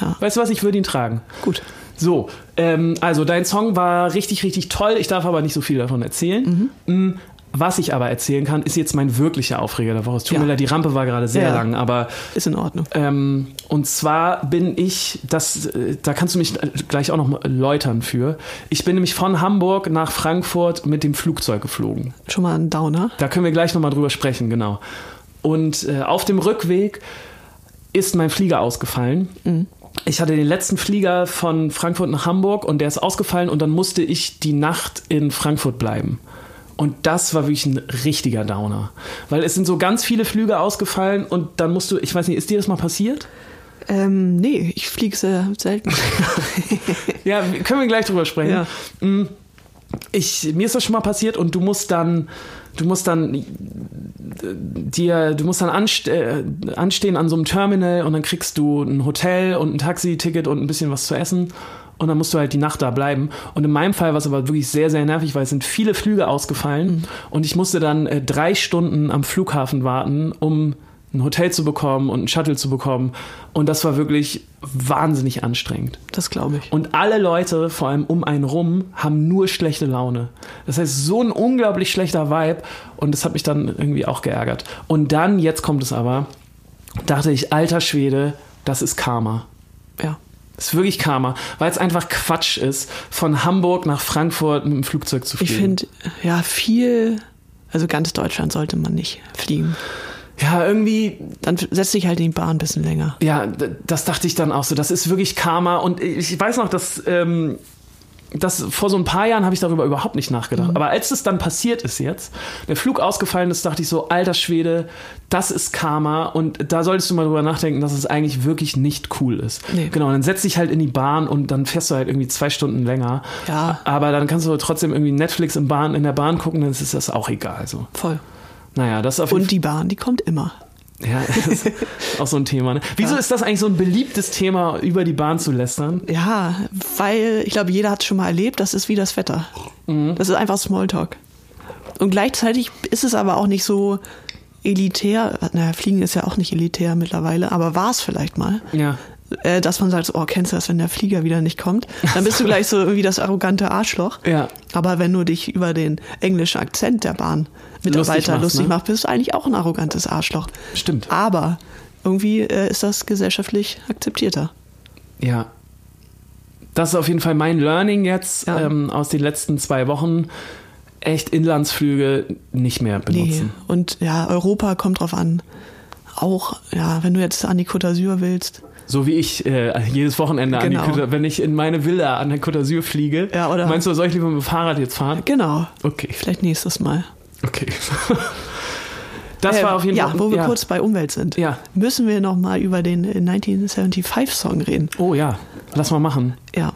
Ja. Weißt du was? Ich würde ihn tragen. Gut. So, ähm, also dein Song war richtig, richtig toll. Ich darf aber nicht so viel davon erzählen. Mhm. Mm, Was ich aber erzählen kann, ist jetzt mein wirklicher Aufreger der Woche. Es tut Ja. mir leid, die Rampe war gerade sehr Ja. lang, aber Ist in Ordnung. ähm, und zwar bin ich, das, äh, da kannst du mich äh, gleich auch noch mal läutern für. Ich bin nämlich von Hamburg nach Frankfurt mit dem Flugzeug geflogen. Schon mal ein Downer. Da können wir gleich nochmal drüber sprechen, genau. Und äh, auf dem Rückweg ist mein Flieger ausgefallen. Ich hatte den letzten Flieger von Frankfurt nach Hamburg und der ist ausgefallen und dann musste ich die Nacht in Frankfurt bleiben. Und das war wirklich ein richtiger Downer. Weil es sind so ganz viele Flüge ausgefallen und dann musst du, ich weiß nicht, ist dir das mal passiert? Ähm, nee, ich fliege sehr selten. Ja, wir- können wir gleich drüber sprechen. Ja. Mm, Ich, mir ist das schon mal passiert und du musst dann, du musst dann äh, dir, du musst dann anst äh, anstehen an so einem Terminal und dann kriegst du ein Hotel und ein Taxiticket und ein bisschen was zu essen. Und dann musst du halt die Nacht da bleiben. Und in meinem Fall war es aber wirklich sehr, sehr nervig, weil es sind viele Flüge ausgefallen. Und ich musste dann äh, drei Stunden am Flughafen warten, um ein Hotel zu bekommen und ein Shuttle zu bekommen. Und das war wirklich wahnsinnig anstrengend. Das glaube ich. Und alle Leute, vor allem um einen rum, haben nur schlechte Laune. Das heißt, so ein unglaublich schlechter Vibe. Und das hat mich dann irgendwie auch geärgert. Und dann, jetzt kommt es aber, dachte ich, alter Schwede, das ist Karma. Ja. Das ist wirklich Karma, weil es einfach Quatsch ist, von Hamburg nach Frankfurt mit dem Flugzeug zu fliegen. Ich finde, ja, viel, also ganz Deutschland sollte man nicht fliegen. Ja, irgendwie, Dann setz dich halt in die Bahn ein bisschen länger. ja, d- das dachte ich dann auch so. Das ist wirklich Karma. Und ich weiß noch, dass. Ähm, das, vor so ein paar Jahren habe ich darüber überhaupt nicht nachgedacht. Mhm. Aber als es dann passiert ist jetzt, der Flug ausgefallen ist, dachte ich so, alter Schwede, das ist Karma und da solltest du mal drüber nachdenken, dass es eigentlich wirklich nicht cool ist. Nee. Genau, dann setz dich halt in die Bahn und dann fährst du halt irgendwie zwei Stunden länger. Ja. Aber dann kannst du trotzdem irgendwie Netflix in, Bahn, in der Bahn gucken, dann ist das auch egal. So. Voll. Naja, das ist auf jeden Und die Bahn, die kommt immer. ja, das ist auch so ein Thema. Ne? Wieso ist das eigentlich so ein beliebtes Thema, über die Bahn zu lästern? Ja, weil ich glaube, jeder hat es schon mal erlebt, das ist wie das Wetter. Mhm. Das ist einfach Smalltalk. Und gleichzeitig ist es aber auch nicht so elitär, naja, Fliegen ist ja auch nicht elitär mittlerweile, aber war es vielleicht mal. Ja. Äh, dass man sagt, so, oh, kennst du das, wenn der Flieger wieder nicht kommt? Dann bist du gleich so irgendwie das arrogante Arschloch. Ja. Aber wenn du dich über den englischen Akzent der Lustig Bahnmitarbeiter machst, lustig, ne? machst, bist du eigentlich auch ein arrogantes Arschloch. Stimmt. Aber irgendwie äh, ist das gesellschaftlich akzeptierter. Ja. das ist auf jeden Fall mein Learning jetzt Ja. ähm, aus den letzten zwei Wochen. Echt Inlandsflüge nicht mehr benutzen. Und ja, Europa kommt drauf an. Auch, ja, wenn du jetzt an die Côte d'Azur willst. So wie ich äh, jedes Wochenende an Genau. die Côte, wenn ich in meine Villa an der Côte d'Azur fliege. Ja, oder- Meinst du, soll ich lieber mit dem Fahrrad jetzt fahren? Genau. Okay, Vielleicht nächstes Mal. okay. Das Äh, war auf jeden ja, Fall. wo wir kurz bei Umwelt sind. Ja. Müssen wir nochmal über den 1975-Song reden. Oh ja, lass mal machen. Ja.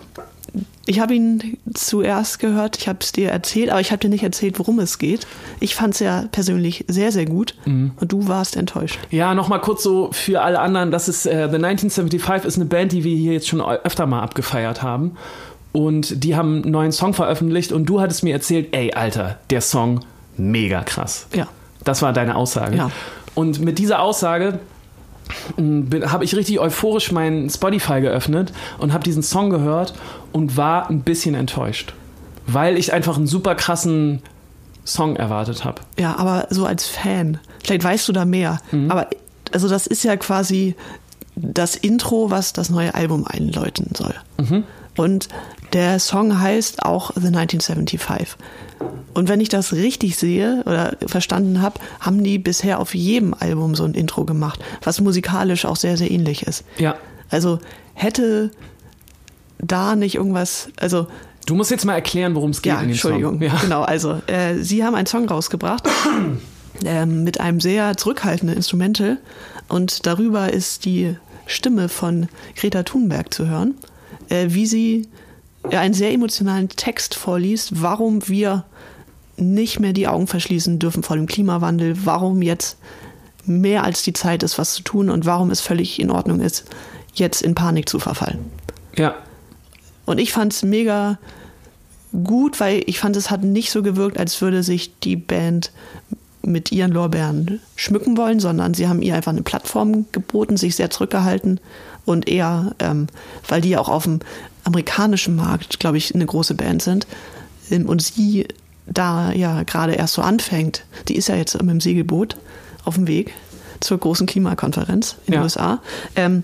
Ich habe ihn zuerst gehört, ich habe es dir erzählt, aber ich habe dir nicht erzählt, worum es geht. Ich fand es ja persönlich sehr, sehr gut Mhm. und du warst enttäuscht. Ja, nochmal kurz so für alle anderen, das ist äh, The 1975 ist eine Band, die wir hier jetzt schon öfter mal abgefeiert haben. Und die haben einen neuen Song veröffentlicht und du hattest mir erzählt, ey, Alter, der Song mega krass. Ja. Das war deine Aussage. Ja. Und mit dieser Aussage habe ich richtig euphorisch meinen Spotify geöffnet und habe diesen Song gehört und war ein bisschen enttäuscht, weil ich einfach einen super krassen Song erwartet habe. Ja, aber so als Fan. Vielleicht weißt du da mehr. Aber also das ist ja quasi das Intro, was das neue Album einläuten soll. Und der Song heißt auch The 1975. Und wenn ich das richtig sehe oder verstanden habe, haben die bisher auf jedem Album so ein Intro gemacht, was musikalisch auch sehr, sehr ähnlich ist. Ja. Also hätte da nicht irgendwas, also Du musst jetzt mal erklären, worum es geht. ja, in dem Entschuldigung. Song. Ja. Genau, also äh, sie haben einen Song rausgebracht ähm, mit einem sehr zurückhaltenden Instrumental und darüber ist die Stimme von Greta Thunberg zu hören, äh, wie sie äh, einen sehr emotionalen Text vorliest, warum wir nicht mehr die Augen verschließen dürfen vor dem Klimawandel, warum jetzt mehr als die Zeit ist, was zu tun und warum es völlig in Ordnung ist, jetzt in Panik zu verfallen. Ja. Und ich fand es mega gut, weil ich fand, es hat nicht so gewirkt, als würde sich die Band mit ihren Lorbeeren schmücken wollen, sondern sie haben ihr einfach eine Plattform geboten, sich sehr zurückgehalten und eher, ähm, weil die ja auch auf dem amerikanischen Markt, glaube ich, eine große Band sind ähm, und sie da ja gerade erst so anfängt, die ist ja jetzt mit dem Segelboot auf dem Weg zur großen Klimakonferenz in den Ja. USA. Ähm,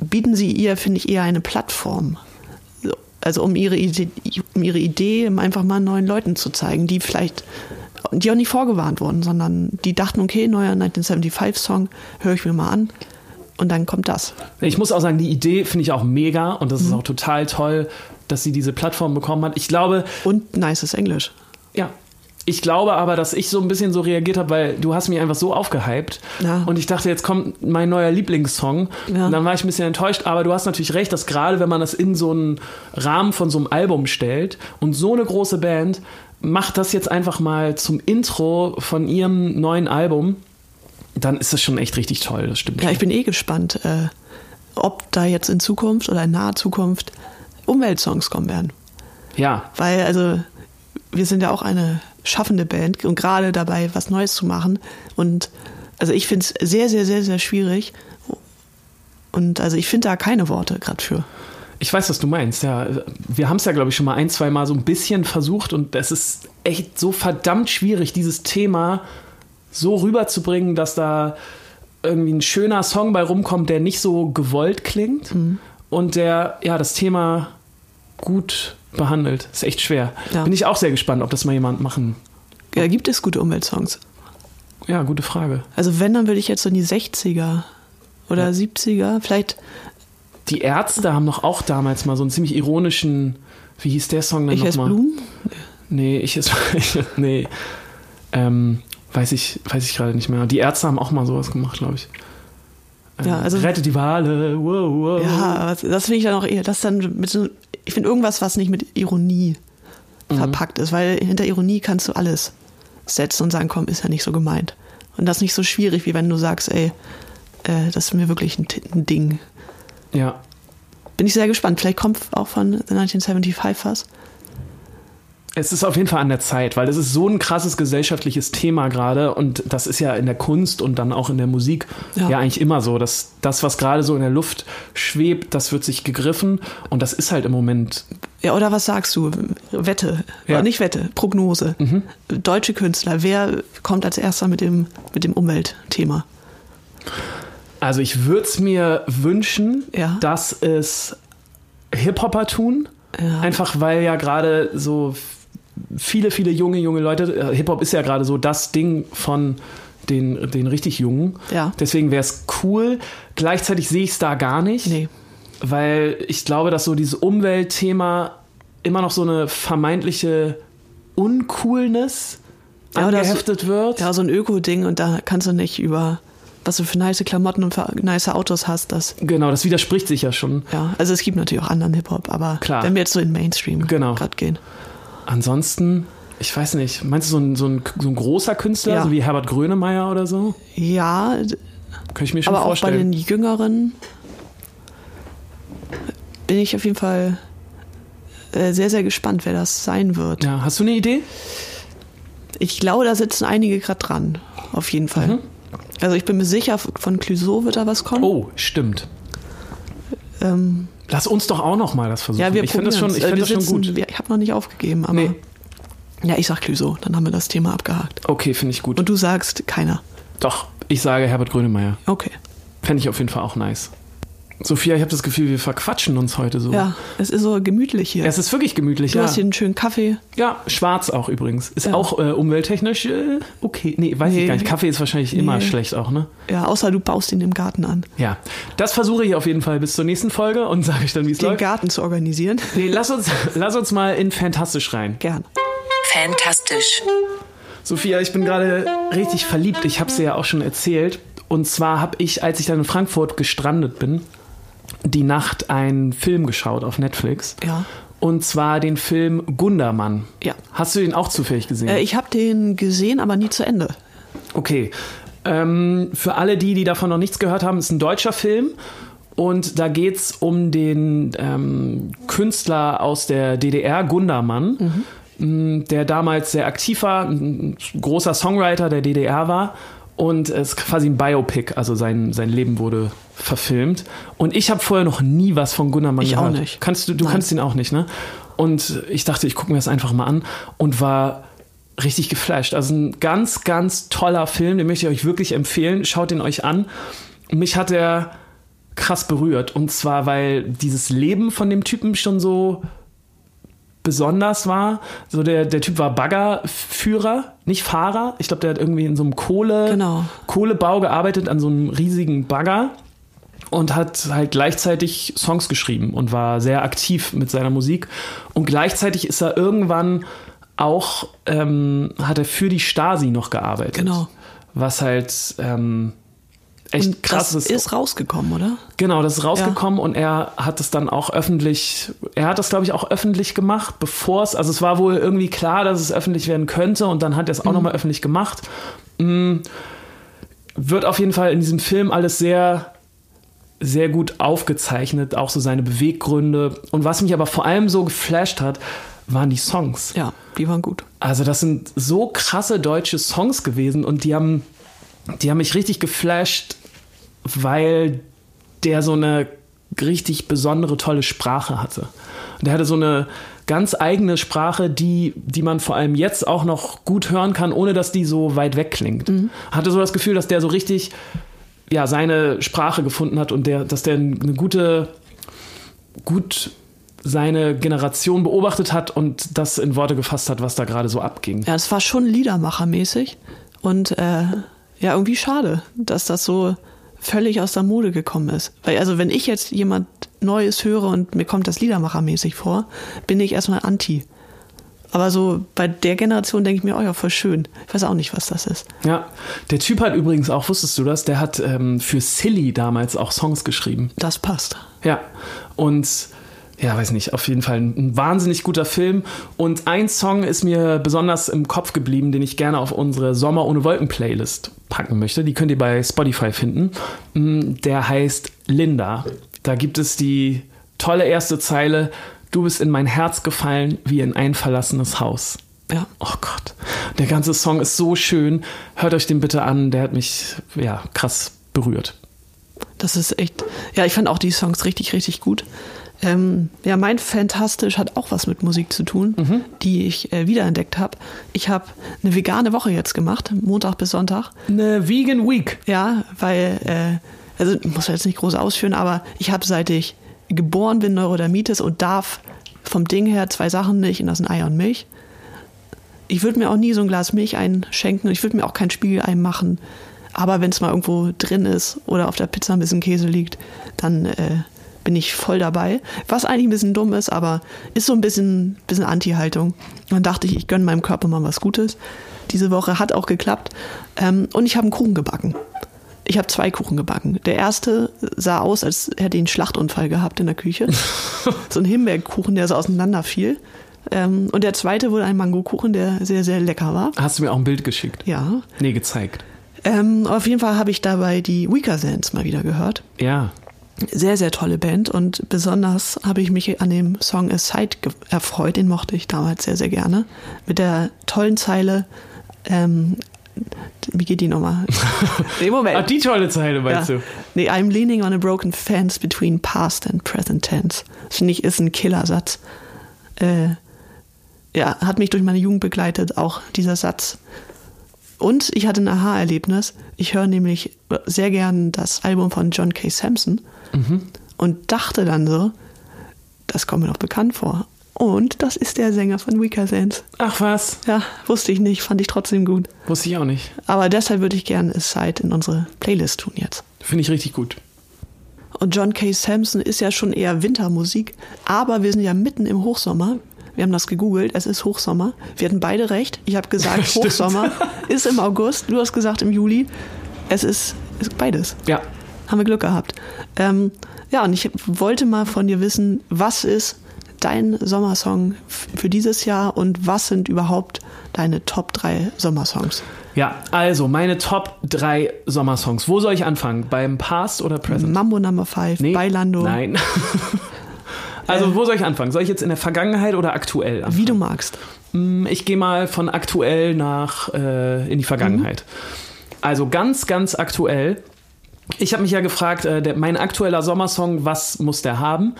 bieten sie ihr, finde ich, eher eine Plattform. So, Also um ihre Idee, um ihre Idee einfach mal neuen Leuten zu zeigen, die vielleicht, die auch nicht vorgewarnt wurden, sondern die dachten, okay, neuer 1975-Song, höre ich mir mal an. Und dann kommt das. Ich muss auch sagen, die Idee finde ich auch mega und das ist Mhm. auch total toll, dass sie diese Plattform bekommen hat. Ich glaube, Und nices Englisch. ja. Ich glaube aber, dass ich so ein bisschen so reagiert habe, weil du hast mich einfach so aufgehypt Ja. und ich dachte, jetzt kommt mein neuer Lieblingssong. Ja. Und dann war ich ein bisschen enttäuscht, aber du hast natürlich recht, dass gerade wenn man das in so einen Rahmen von so einem Album stellt und so eine große Band macht das jetzt einfach mal zum Intro von ihrem neuen Album, dann ist das schon echt richtig toll, das stimmt. Ja, ich bin eh gespannt, äh, ob da jetzt in Zukunft oder in naher Zukunft Umweltsongs kommen werden. ja. Weil, also, wir sind ja auch eine schaffende Band und gerade dabei, was Neues zu machen. Und also ich finde es sehr, sehr, sehr, sehr schwierig. Und also ich finde da keine Worte gerade für. Ich weiß, was du meinst, ja. Wir haben es ja, glaube ich, schon mal ein, zwei Mal so ein bisschen versucht und es ist echt so verdammt schwierig, dieses Thema so rüberzubringen, dass da irgendwie ein schöner Song bei rumkommt, der nicht so gewollt klingt Mhm. und der, ja, das Thema gut behandelt. Ist echt schwer. Ja. Bin ich auch sehr gespannt, ob das mal jemand machen. Ja, gibt es gute Umweltsongs? Ja, gute Frage. Also wenn, dann würde ich jetzt so in die 60er oder 70er, vielleicht, Die Ärzte haben doch auch damals mal so einen ziemlich ironischen, wie hieß der Song dann ich heiße nochmal? Blumen. Nee, ich ist. Ich, nee. Ähm, weiß ich, weiß ich gerade nicht mehr. Die Ärzte haben auch mal sowas gemacht, glaube ich. Ähm, Ja, also- Rette die Wale. Wow, wow. Ja, was- das finde ich dann auch eher, das dann mit so, ich finde irgendwas, was nicht mit Ironie verpackt ist, weil hinter Ironie kannst du alles setzen und sagen, komm, ist ja nicht so gemeint. Und das ist nicht so schwierig, wie wenn du sagst, ey, äh, das ist mir wirklich ein, T- ein Ding. ja. Bin ich sehr gespannt. Vielleicht kommt auch von The 1975 was. Es ist auf jeden Fall an der Zeit, weil es ist so ein krasses gesellschaftliches Thema gerade und das ist ja in der Kunst und dann auch in der Musik ja, Ja. eigentlich immer so, dass das, was gerade so in der Luft schwebt, das wird sich gegriffen und das ist halt im Moment Ja, oder was sagst du? Wette. Ja. Oder nicht Wette, Prognose. Deutsche Künstler, wer kommt als erster mit dem, mit dem Umweltthema? Also ich würde es mir wünschen, Ja. dass es Hip-Hopper tun. Ja. Einfach weil ja gerade so viele, viele junge, junge Leute, äh, Hip-Hop ist ja gerade so das Ding von den, den richtig Jungen. Ja. Deswegen wäre es cool. Gleichzeitig sehe ich es da gar nicht. Nee. Weil ich glaube, dass so dieses Umweltthema immer noch so eine vermeintliche Uncoolness Ja, oder so- angeheftet wird. Ja, so ein Öko-Ding und da kannst du nicht über, was du für nice Klamotten und für nice Autos hast, das. Genau, das widerspricht sich ja schon. Ja, also es gibt natürlich auch anderen Hip-Hop, aber Klar. wenn wir jetzt so in Mainstream Genau. grad gehen. Ansonsten, ich weiß nicht, meinst du so ein, so ein, so ein großer Künstler, Ja. so wie Herbert Grönemeyer oder so? Ja, d- Könnte ich mir schon aber auch bei vorstellen. den Jüngeren bin ich auf jeden Fall äh, sehr, sehr gespannt, wer das sein wird. ja, hast du eine Idee? Ich glaube, da sitzen einige gerade dran, auf jeden Fall. Also ich bin mir sicher, von Clouseau wird da was kommen. Mhm. Oh, stimmt. Ähm, Lass uns doch auch noch mal das versuchen. ja, wir ich finde das schon, probieren's. ich Äh, find wir das schon sitzen- gut. wir- Ich habe noch nicht aufgegeben, aber Nee. ja, ich sag Clouseau, dann haben wir das Thema abgehakt. Okay, finde ich gut. Und du sagst keiner. doch, ich sage Herbert Grönemeyer. Okay. Fände ich auf jeden Fall auch nice. Sophia, ich habe das Gefühl, wir verquatschen uns heute so. Ja, es ist so gemütlich hier. Es ist wirklich gemütlich, du ja. hast hier einen schönen Kaffee. Ja, schwarz auch übrigens. Ist Ja. auch äh, umwelttechnisch äh, okay. Nee, weiß ich Nee. gar nicht. Kaffee ist wahrscheinlich immer Nee. schlecht auch, ne? Ja, außer du baust ihn im Garten an. Ja. Das versuche ich auf jeden Fall bis zur nächsten Folge und sage ich dann, wie es Den läuft. Garten zu organisieren. Nee, lass uns, lass uns mal in Fantastisch rein. Gern. Fantastisch. Sophia, ich bin gerade richtig verliebt. Ich habe es dir ja auch schon erzählt. Und zwar habe ich, als ich dann in Frankfurt gestrandet bin, die Nacht einen Film geschaut auf Netflix. Ja. Und zwar den Film Gundermann. Ja. Hast du den auch zufällig gesehen? Äh, ich habe den gesehen, aber nie zu Ende. Okay. Ähm, für alle die, die davon noch nichts gehört haben, ist ein deutscher Film. Und da geht's um den ähm, Künstler aus der DDR, Gundermann, Mhm. m, der damals sehr aktiv war, ein großer Songwriter der DDR war. Und es ist quasi ein Biopic, also sein, sein Leben wurde verfilmt. Und ich habe vorher noch nie was von Gundermann Ich auch gehört. nicht. Kannst du, du Nein. kannst ihn auch nicht, ne? Und ich dachte, ich gucke mir das einfach mal an und war richtig geflasht. Also ein ganz, ganz toller Film, den möchte ich euch wirklich empfehlen. Schaut ihn euch an. Mich hat er krass berührt. Und zwar, weil dieses Leben von dem Typen schon so besonders war. So der, der Typ war Baggerführer, nicht Fahrer. Ich glaube, der hat irgendwie in so einem Kohle, Genau. Kohlebau gearbeitet, an so einem riesigen Bagger und hat halt gleichzeitig Songs geschrieben und war sehr aktiv mit seiner Musik. Und gleichzeitig ist er irgendwann auch, ähm, hat er für die Stasi noch gearbeitet. Genau. Was halt ähm, echt Und krass das ist, rausgekommen, oder? Genau, das ist rausgekommen und er hat es dann auch öffentlich, er hat das glaube ich auch öffentlich gemacht, bevor es, also es war wohl irgendwie klar, dass es öffentlich werden könnte und dann hat er es auch nochmal öffentlich gemacht. Mm, Wird auf jeden Fall in diesem Film alles sehr, sehr gut aufgezeichnet, auch so seine Beweggründe. Und was mich aber vor allem so geflasht hat, waren die Songs. Ja, die waren gut. Also das sind so krasse deutsche Songs gewesen und die haben, die haben mich richtig geflasht, weil der so eine richtig besondere, tolle Sprache hatte. Und der hatte so eine ganz eigene Sprache, die, die man vor allem jetzt auch noch gut hören kann, ohne dass die so weit weg klingt. Hatte so das Gefühl, dass der so richtig ja, seine Sprache gefunden hat und der, dass der eine gute, gut seine Generation beobachtet hat und das in Worte gefasst hat, was da gerade so abging. Ja, es war schon Liedermachermäßig. Und äh, ja, irgendwie schade, dass das so völlig aus der Mode gekommen ist. Weil, also, wenn ich jetzt jemand Neues höre und mir kommt das Liedermachermäßig vor, bin ich erstmal anti. Aber so bei der Generation denke ich mir, oh ja, voll schön. Ich weiß auch nicht, was das ist. Ja, der Typ hat übrigens auch, wusstest du das, der hat ähm, für Silly damals auch Songs geschrieben. Das passt. Ja, und ja, weiß nicht, auf jeden Fall ein, ein wahnsinnig guter Film. Und ein Song ist mir besonders im Kopf geblieben, den ich gerne auf unsere Sommer ohne Wolken Playlist packen möchte. Die könnt ihr bei Spotify finden. Mm, Der heißt Linda. Da gibt es die tolle erste Zeile. Du bist in mein Herz gefallen wie in ein verlassenes Haus. Ja. Oh Gott, der ganze Song ist so schön. Hört euch den bitte an. Der hat mich ja krass berührt. Das ist echt. Ja, ich fand auch die Songs richtig, richtig gut. Ähm, ja, mein Fantastisch hat auch was mit Musik zu tun, die ich äh, wiederentdeckt habe. Ich habe eine vegane Woche jetzt gemacht, Montag bis Sonntag. Eine Vegan Week. Ja, weil, äh, also muss man jetzt nicht groß ausführen, aber ich habe seit ich geboren bin Neurodermitis und darf vom Ding her zwei Sachen nicht und das sind Eier und Milch. Ich würde mir auch nie so ein Glas Milch einschenken und ich würde mir auch kein Spiegelei machen. Aber wenn es mal irgendwo drin ist oder auf der Pizza ein bisschen Käse liegt, dann äh, bin ich voll dabei. Was eigentlich ein bisschen dumm ist, aber ist so ein bisschen, bisschen Anti-Haltung. Dann dachte ich, ich gönne meinem Körper mal was Gutes. Diese Woche hat auch geklappt. Ähm, und ich habe einen Kuchen gebacken. Ich habe zwei Kuchen gebacken. Der erste sah aus, als hätte ich einen Schlachtunfall gehabt in der Küche. so ein Himbeerkuchen, der so auseinanderfiel. Ähm, und der zweite wurde ein Mangokuchen, der sehr, sehr lecker war. Hast du mir auch ein Bild geschickt? Ja. Nee, gezeigt. Ähm, auf jeden Fall habe ich dabei die Weaker Sands mal wieder gehört. Ja. Sehr, sehr tolle Band und besonders habe ich mich an dem Song Aside ge- erfreut, den mochte ich damals sehr, sehr gerne. Mit der tollen Zeile, ähm, wie geht die nochmal? nee, Moment. Ach, Ah, die tolle Zeile, meinst Ja. du? Nee, I'm leaning on a broken fence between past and present tense. Das finde ich ist ein Killersatz. Äh, ja, hat mich durch meine Jugend begleitet, auch dieser Satz. Und ich hatte ein Aha-Erlebnis. Ich höre nämlich sehr gern das Album von John K. Sampson Mhm. und dachte dann so, das kommt mir doch bekannt vor. Und das ist der Sänger von Weaker Sands. Ach was, Ja, wusste ich nicht, fand ich trotzdem gut. wusste ich auch nicht. Aber deshalb würde ich gerne Aside in unsere Playlist tun jetzt. Finde ich richtig gut. Und John K. Sampson ist ja schon eher Wintermusik, aber wir sind ja mitten im Hochsommer. Wir haben das gegoogelt, es ist Hochsommer. Wir hatten beide recht. Ich habe gesagt, Stimmt. Hochsommer ist im August, du hast gesagt im Juli. Es ist, ist beides. Ja. Haben wir Glück gehabt. Ähm, ja, und ich wollte mal von dir wissen, was ist dein Sommersong f- für dieses Jahr und was sind überhaupt deine Top 3 Sommersongs? Ja, also meine Top 3 Sommersongs. Wo soll ich anfangen? Beim Past oder Present? Mambo Number 5, Nee. Bailando, Nein. also, wo soll ich anfangen? Soll ich jetzt in der Vergangenheit oder aktuell anfangen? wie du magst. Hm, Ich gehe mal von aktuell nach äh, in die Vergangenheit. Also ganz, ganz aktuell. Ich habe mich ja gefragt, äh, der, mein aktueller Sommersong, was muss der haben?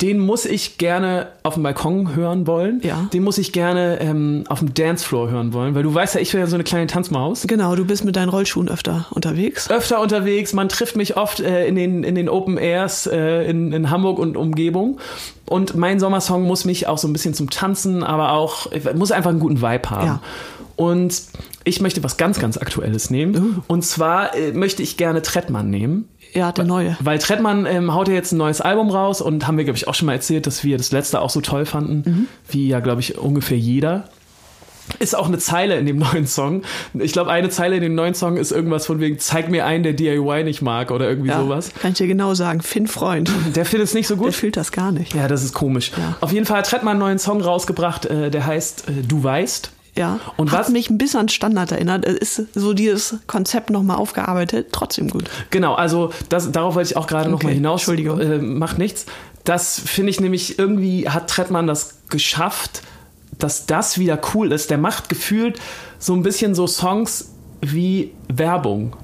Den muss ich gerne auf dem Balkon hören wollen. Ja. Den muss ich gerne ähm, auf dem Dancefloor hören wollen, weil du weißt ja, ich bin ja so eine kleine Tanzmaus. Genau, du bist mit deinen Rollschuhen öfter unterwegs. Öfter unterwegs, man trifft mich oft äh, in, den, in den Open Airs äh, in, in Hamburg und Umgebung. Und mein Sommersong muss mich auch so ein bisschen zum Tanzen, aber auch, ich muss einfach einen guten Vibe haben. Ja. Und ich möchte was ganz, ganz Aktuelles nehmen. Und zwar äh, möchte ich gerne Trettmann nehmen. Ja, der neue. Weil Trettmann ähm, haut ja jetzt ein neues Album raus und haben wir, glaube ich, auch schon mal erzählt, dass wir das letzte auch so toll fanden, Mhm. wie ja, glaube ich, ungefähr jeder. Ist auch eine Zeile in dem neuen Song. Ich glaube, eine Zeile in dem neuen Song ist irgendwas von wegen, zeig mir einen, der DIY nicht mag oder irgendwie Ja, sowas. Kann ich dir genau sagen. Finn Freund. Der findet es nicht so Der gut. fühlt das gar nicht. Ja, das ist komisch. Ja. Auf jeden Fall hat Trettmann einen neuen Song rausgebracht, äh, der heißt äh, Du weißt. Ja. Und Hat was- mich ein bisschen an Standard erinnert. Es Ist so dieses Konzept nochmal aufgearbeitet. Trotzdem gut. Genau, also das, darauf wollte ich auch gerade noch Okay, mal hinaus. Entschuldigung. Äh, macht nichts. Das finde ich nämlich, irgendwie hat Trettmann das geschafft, dass das wieder cool ist. Der macht gefühlt so ein bisschen so Songs wie Werbung.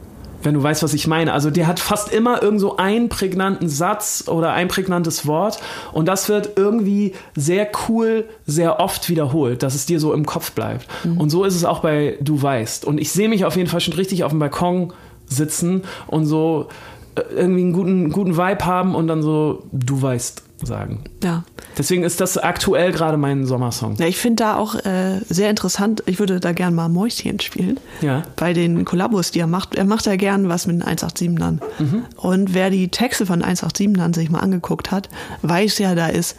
Wenn du weißt, was ich meine. Also, der hat fast immer irgend so einen prägnanten Satz oder ein prägnantes Wort. Und das wird irgendwie sehr cool, sehr oft wiederholt, dass es dir so im Kopf bleibt. Mhm. Und so ist es auch bei Du weißt. Und ich sehe mich auf jeden Fall schon richtig auf dem Balkon sitzen und so äh, irgendwie einen guten, guten Vibe haben und dann so du weißt sagen. Ja. Deswegen ist das aktuell gerade mein Sommersong. ja ich finde da auch äh, sehr interessant. Ich würde da gern mal Mäuschen spielen. Ja. Bei den Kollabos, die er macht. Er macht ja gern was mit den 187ern. Mhm. Und wer die Texte von 187ern sich mal angeguckt hat, weiß ja, da ist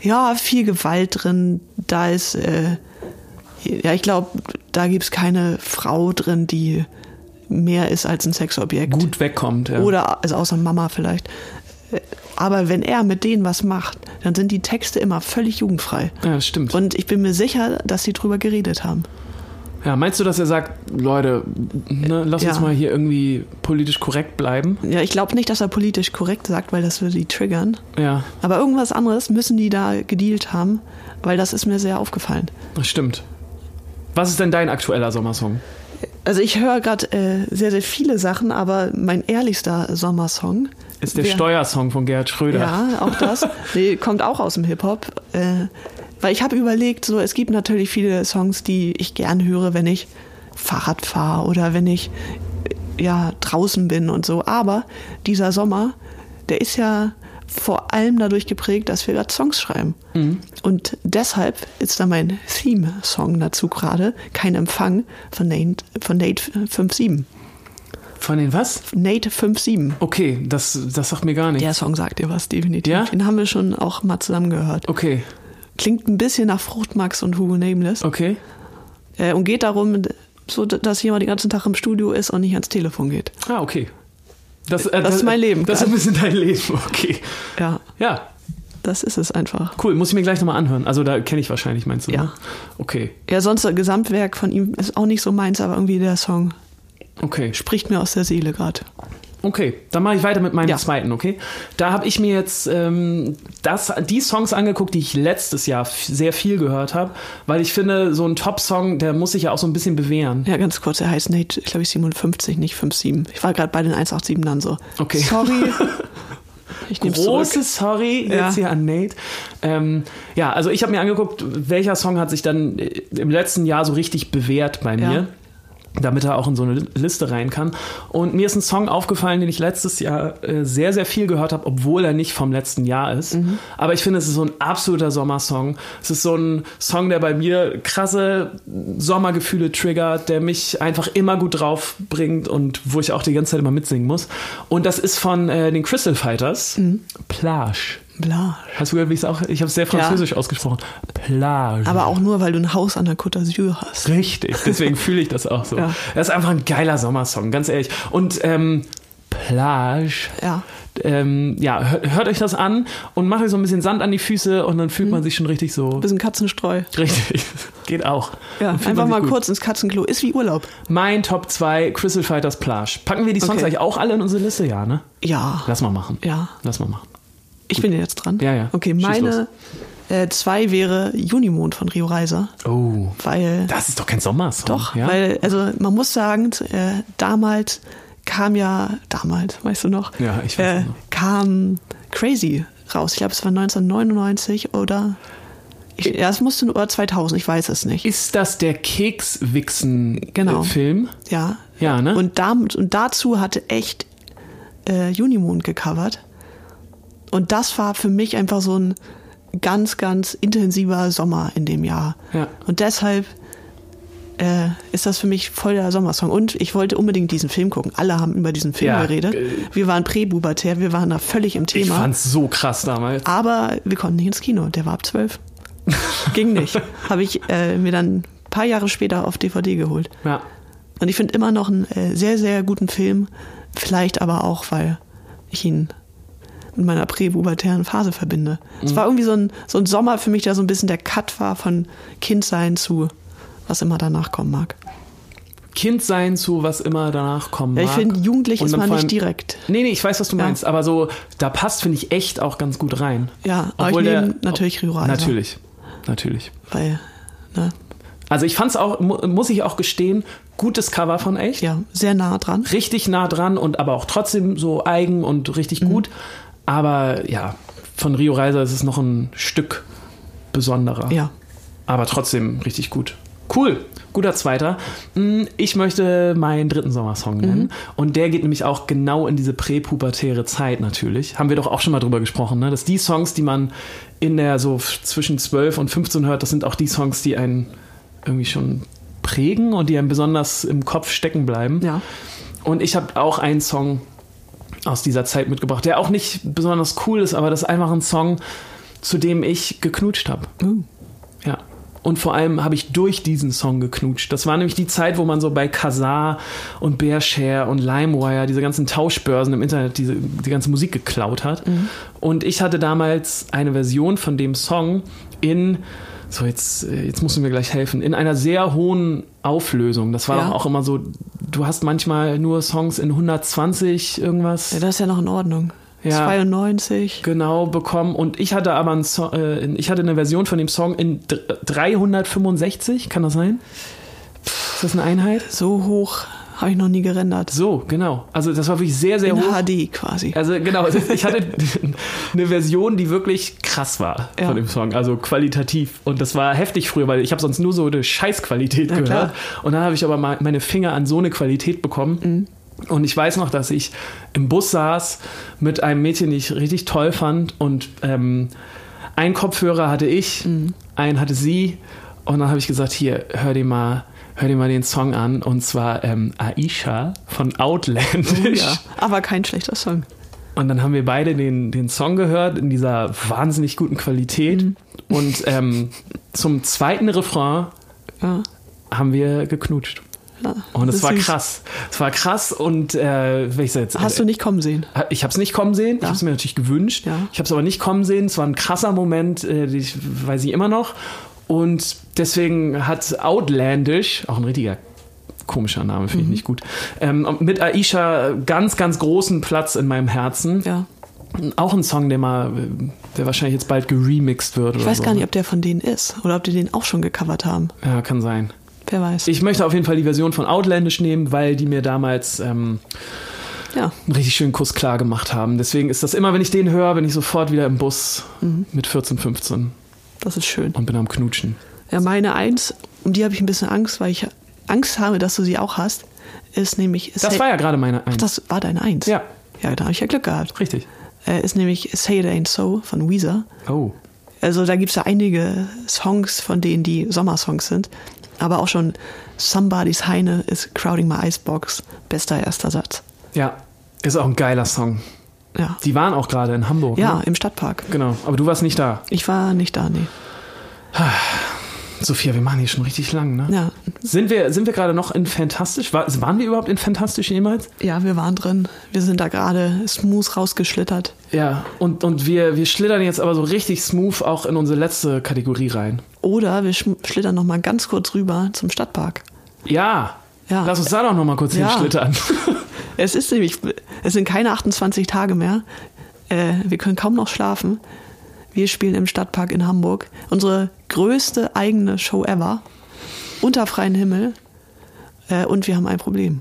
ja viel Gewalt drin. Da ist. Äh, Ja, ich glaube, da gibt's keine Frau drin, die mehr ist als ein Sexobjekt. Gut wegkommt. Ja. Oder, also außer Mama vielleicht. Äh, Aber wenn er mit denen was macht, dann sind die Texte immer völlig jugendfrei. ja, das stimmt. Und ich bin mir sicher, dass sie drüber geredet haben. ja, meinst du, dass er sagt, Leute, ne, lass Ja. uns mal hier irgendwie politisch korrekt bleiben? Ja, ich glaube nicht, dass er politisch korrekt sagt, weil das würde die triggern. Ja, Aber irgendwas anderes müssen die da gedealt haben, weil das ist mir sehr aufgefallen. das stimmt. Was ist denn dein aktueller Sommersong? Also ich höre gerade äh, sehr, sehr viele Sachen, aber mein ehrlichster Sommersong Ist der Wer- Steuersong von Gerhard Schröder. Ja, auch das. Nee, kommt auch aus dem Hip-Hop. Äh, weil ich habe überlegt, so, es gibt natürlich viele Songs, die ich gern höre, wenn ich Fahrrad fahre oder wenn ich äh, ja draußen bin und so. Aber dieser Sommer, der ist ja vor allem dadurch geprägt, dass wir gerade Songs schreiben. Und deshalb ist da mein Theme-Song dazu gerade, Kein Empfang, von Nate, von Nate 57. Von den was? Nate 57. Okay, das, das sagt mir gar nichts. Der Song sagt dir was, definitiv. Ja? Den haben wir schon auch mal zusammen gehört. Okay, Klingt ein bisschen nach Fruchtmax und Hugo Nameless. okay. Äh, und geht darum, so, dass jemand den ganzen Tag im Studio ist und nicht ans Telefon geht. Ah, okay. Das, äh, Das ist mein Leben Das ist ein bisschen dein Leben, okay. Ja, Ja, das ist es einfach. cool. Muss ich mir gleich nochmal anhören. Also da kenne ich wahrscheinlich, meinst du? Ja. Ne? Okay, Ja, sonst das Gesamtwerk von ihm ist auch nicht so meins, aber irgendwie der Song okay. spricht mir aus der Seele gerade. Okay, dann mache ich weiter mit meinem Ja. zweiten, okay? Da habe ich mir jetzt ähm, das, die Songs angeguckt, die ich letztes Jahr f- sehr viel gehört habe, weil ich finde, so ein Top-Song, der muss sich ja auch so ein bisschen bewähren. Ja, ganz kurz, er heißt Nate, glaube ich, 57, nicht 57. Ich war gerade bei den 187 dann so. Okay. Sorry. Ich nehme Großes zurück. Sorry jetzt Ja. hier an Nate. Ähm, ja, also ich habe mir angeguckt, welcher Song hat sich dann äh, im letzten Jahr so richtig bewährt bei mir. Ja. Damit er auch in so eine Liste rein kann. Und mir ist ein Song aufgefallen, den ich letztes Jahr äh, sehr, sehr viel gehört habe, obwohl er nicht vom letzten Jahr ist. Aber ich finde, es ist so ein absoluter Sommersong. Es ist so ein Song, der bei mir krasse Sommergefühle triggert, der mich einfach immer gut drauf bringt und wo ich auch die ganze Zeit immer mitsingen muss. Und das ist von äh, den Crystal Fighters. Plage. Bla. Hast du gehört, wie ich es auch? Ich habe es sehr französisch ausgesprochen. Plage. Aber auch nur, weil du ein Haus an der Côte d'Azur hast. Richtig, deswegen fühle ich das auch so. Ja. Das ist einfach ein geiler Sommersong, ganz ehrlich. Und ähm, Plage. Ja. Ähm, ja, hört, hört euch das an und macht euch so ein bisschen Sand an die Füße und dann Mhm. fühlt man sich schon richtig so. Bisschen Katzenstreu. Richtig, geht auch. Ja, Dann fühlt man einfach sich mal gut. kurz ins Katzenklo. Ist wie Urlaub. Mein Top 2 Crystal Fighters Plage. Packen wir die Songs Okay. eigentlich auch alle in unsere Liste? Ja, ne? Ja. Lass mal machen. Ja. Lass mal machen. Ich bin jetzt dran. Ja, ja. Okay, Schieß meine äh, zwei wäre Junimond von Rio Reiser, Oh, weil das ist doch kein Sommersong. doch, ja? weil also man muss sagen, äh, damals kam ja damals, weißt du noch? Ja, ich weiß äh, es noch. Kam Crazy raus. Ich glaube, es war 1999 oder ich, ja, es musste nur 2000. Ich weiß es nicht. Ist das der Genau. Kekswichsen-Film? Ja. Ja, ne? Und, dam- und dazu hatte echt äh, Unimond gecovert. Und das war für mich einfach so ein ganz, ganz intensiver Sommer in dem Jahr. Ja. Und deshalb äh, ist das für mich voll der Sommersong. Und ich wollte unbedingt diesen Film gucken. Alle haben über diesen Film Ja, geredet. äh, Wir waren präpubertär, wir waren da völlig im ich Thema. Ah. fand's so krass damals. Aber wir konnten nicht ins Kino. Der war ab zwölf. Ging nicht. Habe ich äh, mir dann ein paar Jahre später auf DVD geholt. Ja. Und ich finde immer noch einen äh, sehr, sehr guten Film. Vielleicht aber auch, weil ich ihn mit meiner präpubertären Phase verbinde. Mhm. Es war irgendwie so ein, so ein Sommer für mich, der so ein bisschen der Cut war von Kindsein zu was immer danach kommen mag. Kind sein zu was immer danach kommen Ja, mag. ich finde, jugendlich Und ist dann man vor allem- nicht direkt. Nee, nee, ich weiß, was du Ja. meinst, aber so, da passt, finde ich, echt auch ganz gut rein. Ja, aber Obwohl ich nehme der- natürlich Rio Reiser, Natürlich, natürlich. Weil, ne, Also ich fand's auch, mu muss ich auch gestehen, gutes Cover von echt. ja, sehr nah dran. Richtig nah dran und aber auch trotzdem so eigen und richtig Mhm. gut. Aber ja, von Rio Reiser ist es noch ein Stück besonderer. Ja. Aber trotzdem richtig gut. Cool, guter zweiter. Mm, Ich möchte meinen dritten Sommersong Mhm. nennen. Und der geht nämlich auch genau in diese präpubertäre Zeit natürlich. Haben wir doch auch schon mal drüber gesprochen, ne? dass die Songs, die man in der so f- zwischen 12 und 15 hört, das sind auch die Songs, die einen irgendwie schon prägen und die einem besonders im Kopf stecken bleiben. Ja. Und ich habe auch einen Song aus dieser Zeit mitgebracht, der auch nicht besonders cool ist, aber das ist einfach ein Song, zu dem ich geknutscht habe. Ja. Und vor allem habe ich durch diesen Song geknutscht. Das war nämlich die Zeit, wo man so bei Kazaa und Bearshare und LimeWire, diese ganzen Tauschbörsen im Internet, diese, die ganze Musik geklaut hat. Und ich hatte damals eine Version von dem Song in, so jetzt, äh, jetzt müssen wir gleich helfen, in einer sehr hohen Auflösung. Das war Ja. doch auch immer so, du hast manchmal nur Songs in 120 irgendwas. Ja, das ist ja noch in Ordnung. Ja. 92. Genau, bekommen. Und ich hatte aber einen so äh, ich hatte eine Version von dem Song in dr- 365, kann das sein? Ist das eine Einheit? So hoch habe ich noch nie gerendert. So, genau. Also das war wirklich sehr, sehr in hoch. HD quasi. Also genau, ich hatte eine Version, die wirklich krass war Ja. von dem Song, also qualitativ. Und das war heftig früher, weil ich habe sonst nur so eine Scheißqualität Na gehört. klar. Mhm. Und dann habe ich aber mal meine Finger an so eine Qualität bekommen. Und ich weiß noch, dass ich im Bus saß mit einem Mädchen, die ich richtig toll fand. Und ähm, einen Kopfhörer hatte ich, Mhm. einen hatte sie. Und dann habe ich gesagt, hier, hör dir mal, hör dir mal den Song an. Und zwar ähm, Aisha von Outlandish. Oh Ja, aber kein schlechter Song. Und dann haben wir beide den, den Song gehört in dieser wahnsinnig guten Qualität. Mhm. Und ähm, zum zweiten Refrain Ja, haben wir geknutscht. ja. Und es Ist war süß. krass. Es war krass und äh, wenn ich so jetzt. äh, Hast du nicht kommen sehen. ich habe es nicht kommen sehen, ich Ja. habe es mir natürlich gewünscht. Ja. Ich habe es aber nicht kommen sehen. Es war ein krasser Moment, äh, den ich weiß ich immer noch. Und deswegen hat Outlandish, auch ein richtiger komischer Name, finde Mhm. ich nicht gut, ähm, mit Aisha ganz, ganz großen Platz in meinem Herzen. Ja. Auch ein Song, der mal, äh, der wahrscheinlich jetzt bald geremixed wird. Ich oder weiß so. ne? gar nicht, ob der von denen ist oder ob die den auch schon gecovert haben. Ja, kann sein. Wer weiß. Ich möchte auf jeden Fall die Version von Outlandish nehmen, weil die mir damals ähm, ja. einen richtig schönen Kuss klar gemacht haben. Deswegen ist das immer, wenn ich den höre, bin ich sofort wieder im Bus Mhm. mit 14, 15 Das ist schön. und bin am Knutschen. Ja, meine Eins, um die habe ich ein bisschen Angst, weil ich Angst habe, dass du sie auch hast, ist nämlich. Das Say- war ja gerade meine Eins. das war deine Eins. Ja. Ja, da habe ich ja Glück gehabt. richtig. Äh, ist nämlich Say It Ain't So von Weezer. Oh. Also da gibt es ja einige Songs von denen, die Sommersongs sind. Aber auch schon Somebody's Heine ist Crowding My Icebox. Bester erster Satz. Ja, ist auch ein geiler Song. Ja. Die waren auch gerade in Hamburg. ja, Ne? im Stadtpark. Genau, aber du warst nicht da. Ich war nicht da, nee. Sophia, wir machen hier schon richtig lang, ne? Ja, Sind wir, sind wir gerade noch in Fantastisch? War, waren wir überhaupt in Fantastisch jemals? ja wir waren drin. Wir sind da gerade smooth rausgeschlittert. Ja, und, und wir, wir schlittern jetzt aber so richtig smooth auch in unsere letzte Kategorie rein. Oder wir schm- schlittern noch mal ganz kurz rüber zum Stadtpark. Ja, Ja. lass uns da doch noch mal kurz Ja. hinschlittern. Es ist nämlich, es sind keine 28 Tage mehr. Äh, wir können kaum noch schlafen. Wir spielen im Stadtpark in Hamburg unsere größte eigene Show ever unter freiem Himmel. Äh, und wir haben ein Problem.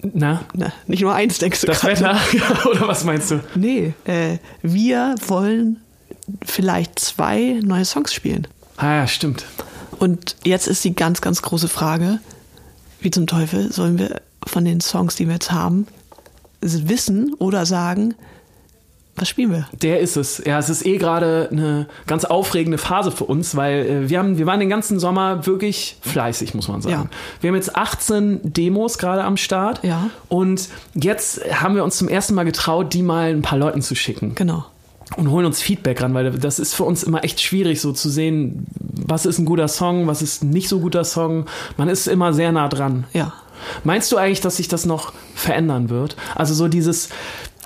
Na, Na, nicht nur eins, denkst du das gerade. Wetter? Oder was meinst du? Nee, äh, wir wollen vielleicht zwei neue Songs spielen. Ah ja, stimmt. Und jetzt ist die ganz, ganz große Frage, wie zum Teufel sollen wir von den Songs, die wir jetzt haben, s- wissen oder sagen, was spielen wir? Der ist es. Ja, es ist eh gerade eine ganz aufregende Phase für uns, weil äh, wir, haben, wir waren den ganzen Sommer wirklich fleißig, muss man sagen. Ja. Wir haben jetzt 18 Demos gerade am Start. Ja. Und jetzt haben wir uns zum ersten Mal getraut, die mal ein paar Leuten zu schicken. Genau. und holen uns Feedback ran, weil das ist für uns immer echt schwierig, so zu sehen, was ist ein guter Song, was ist ein nicht so guter Song. Man ist immer sehr nah dran. Ja. Meinst du eigentlich, dass sich das noch verändern wird? Also so dieses,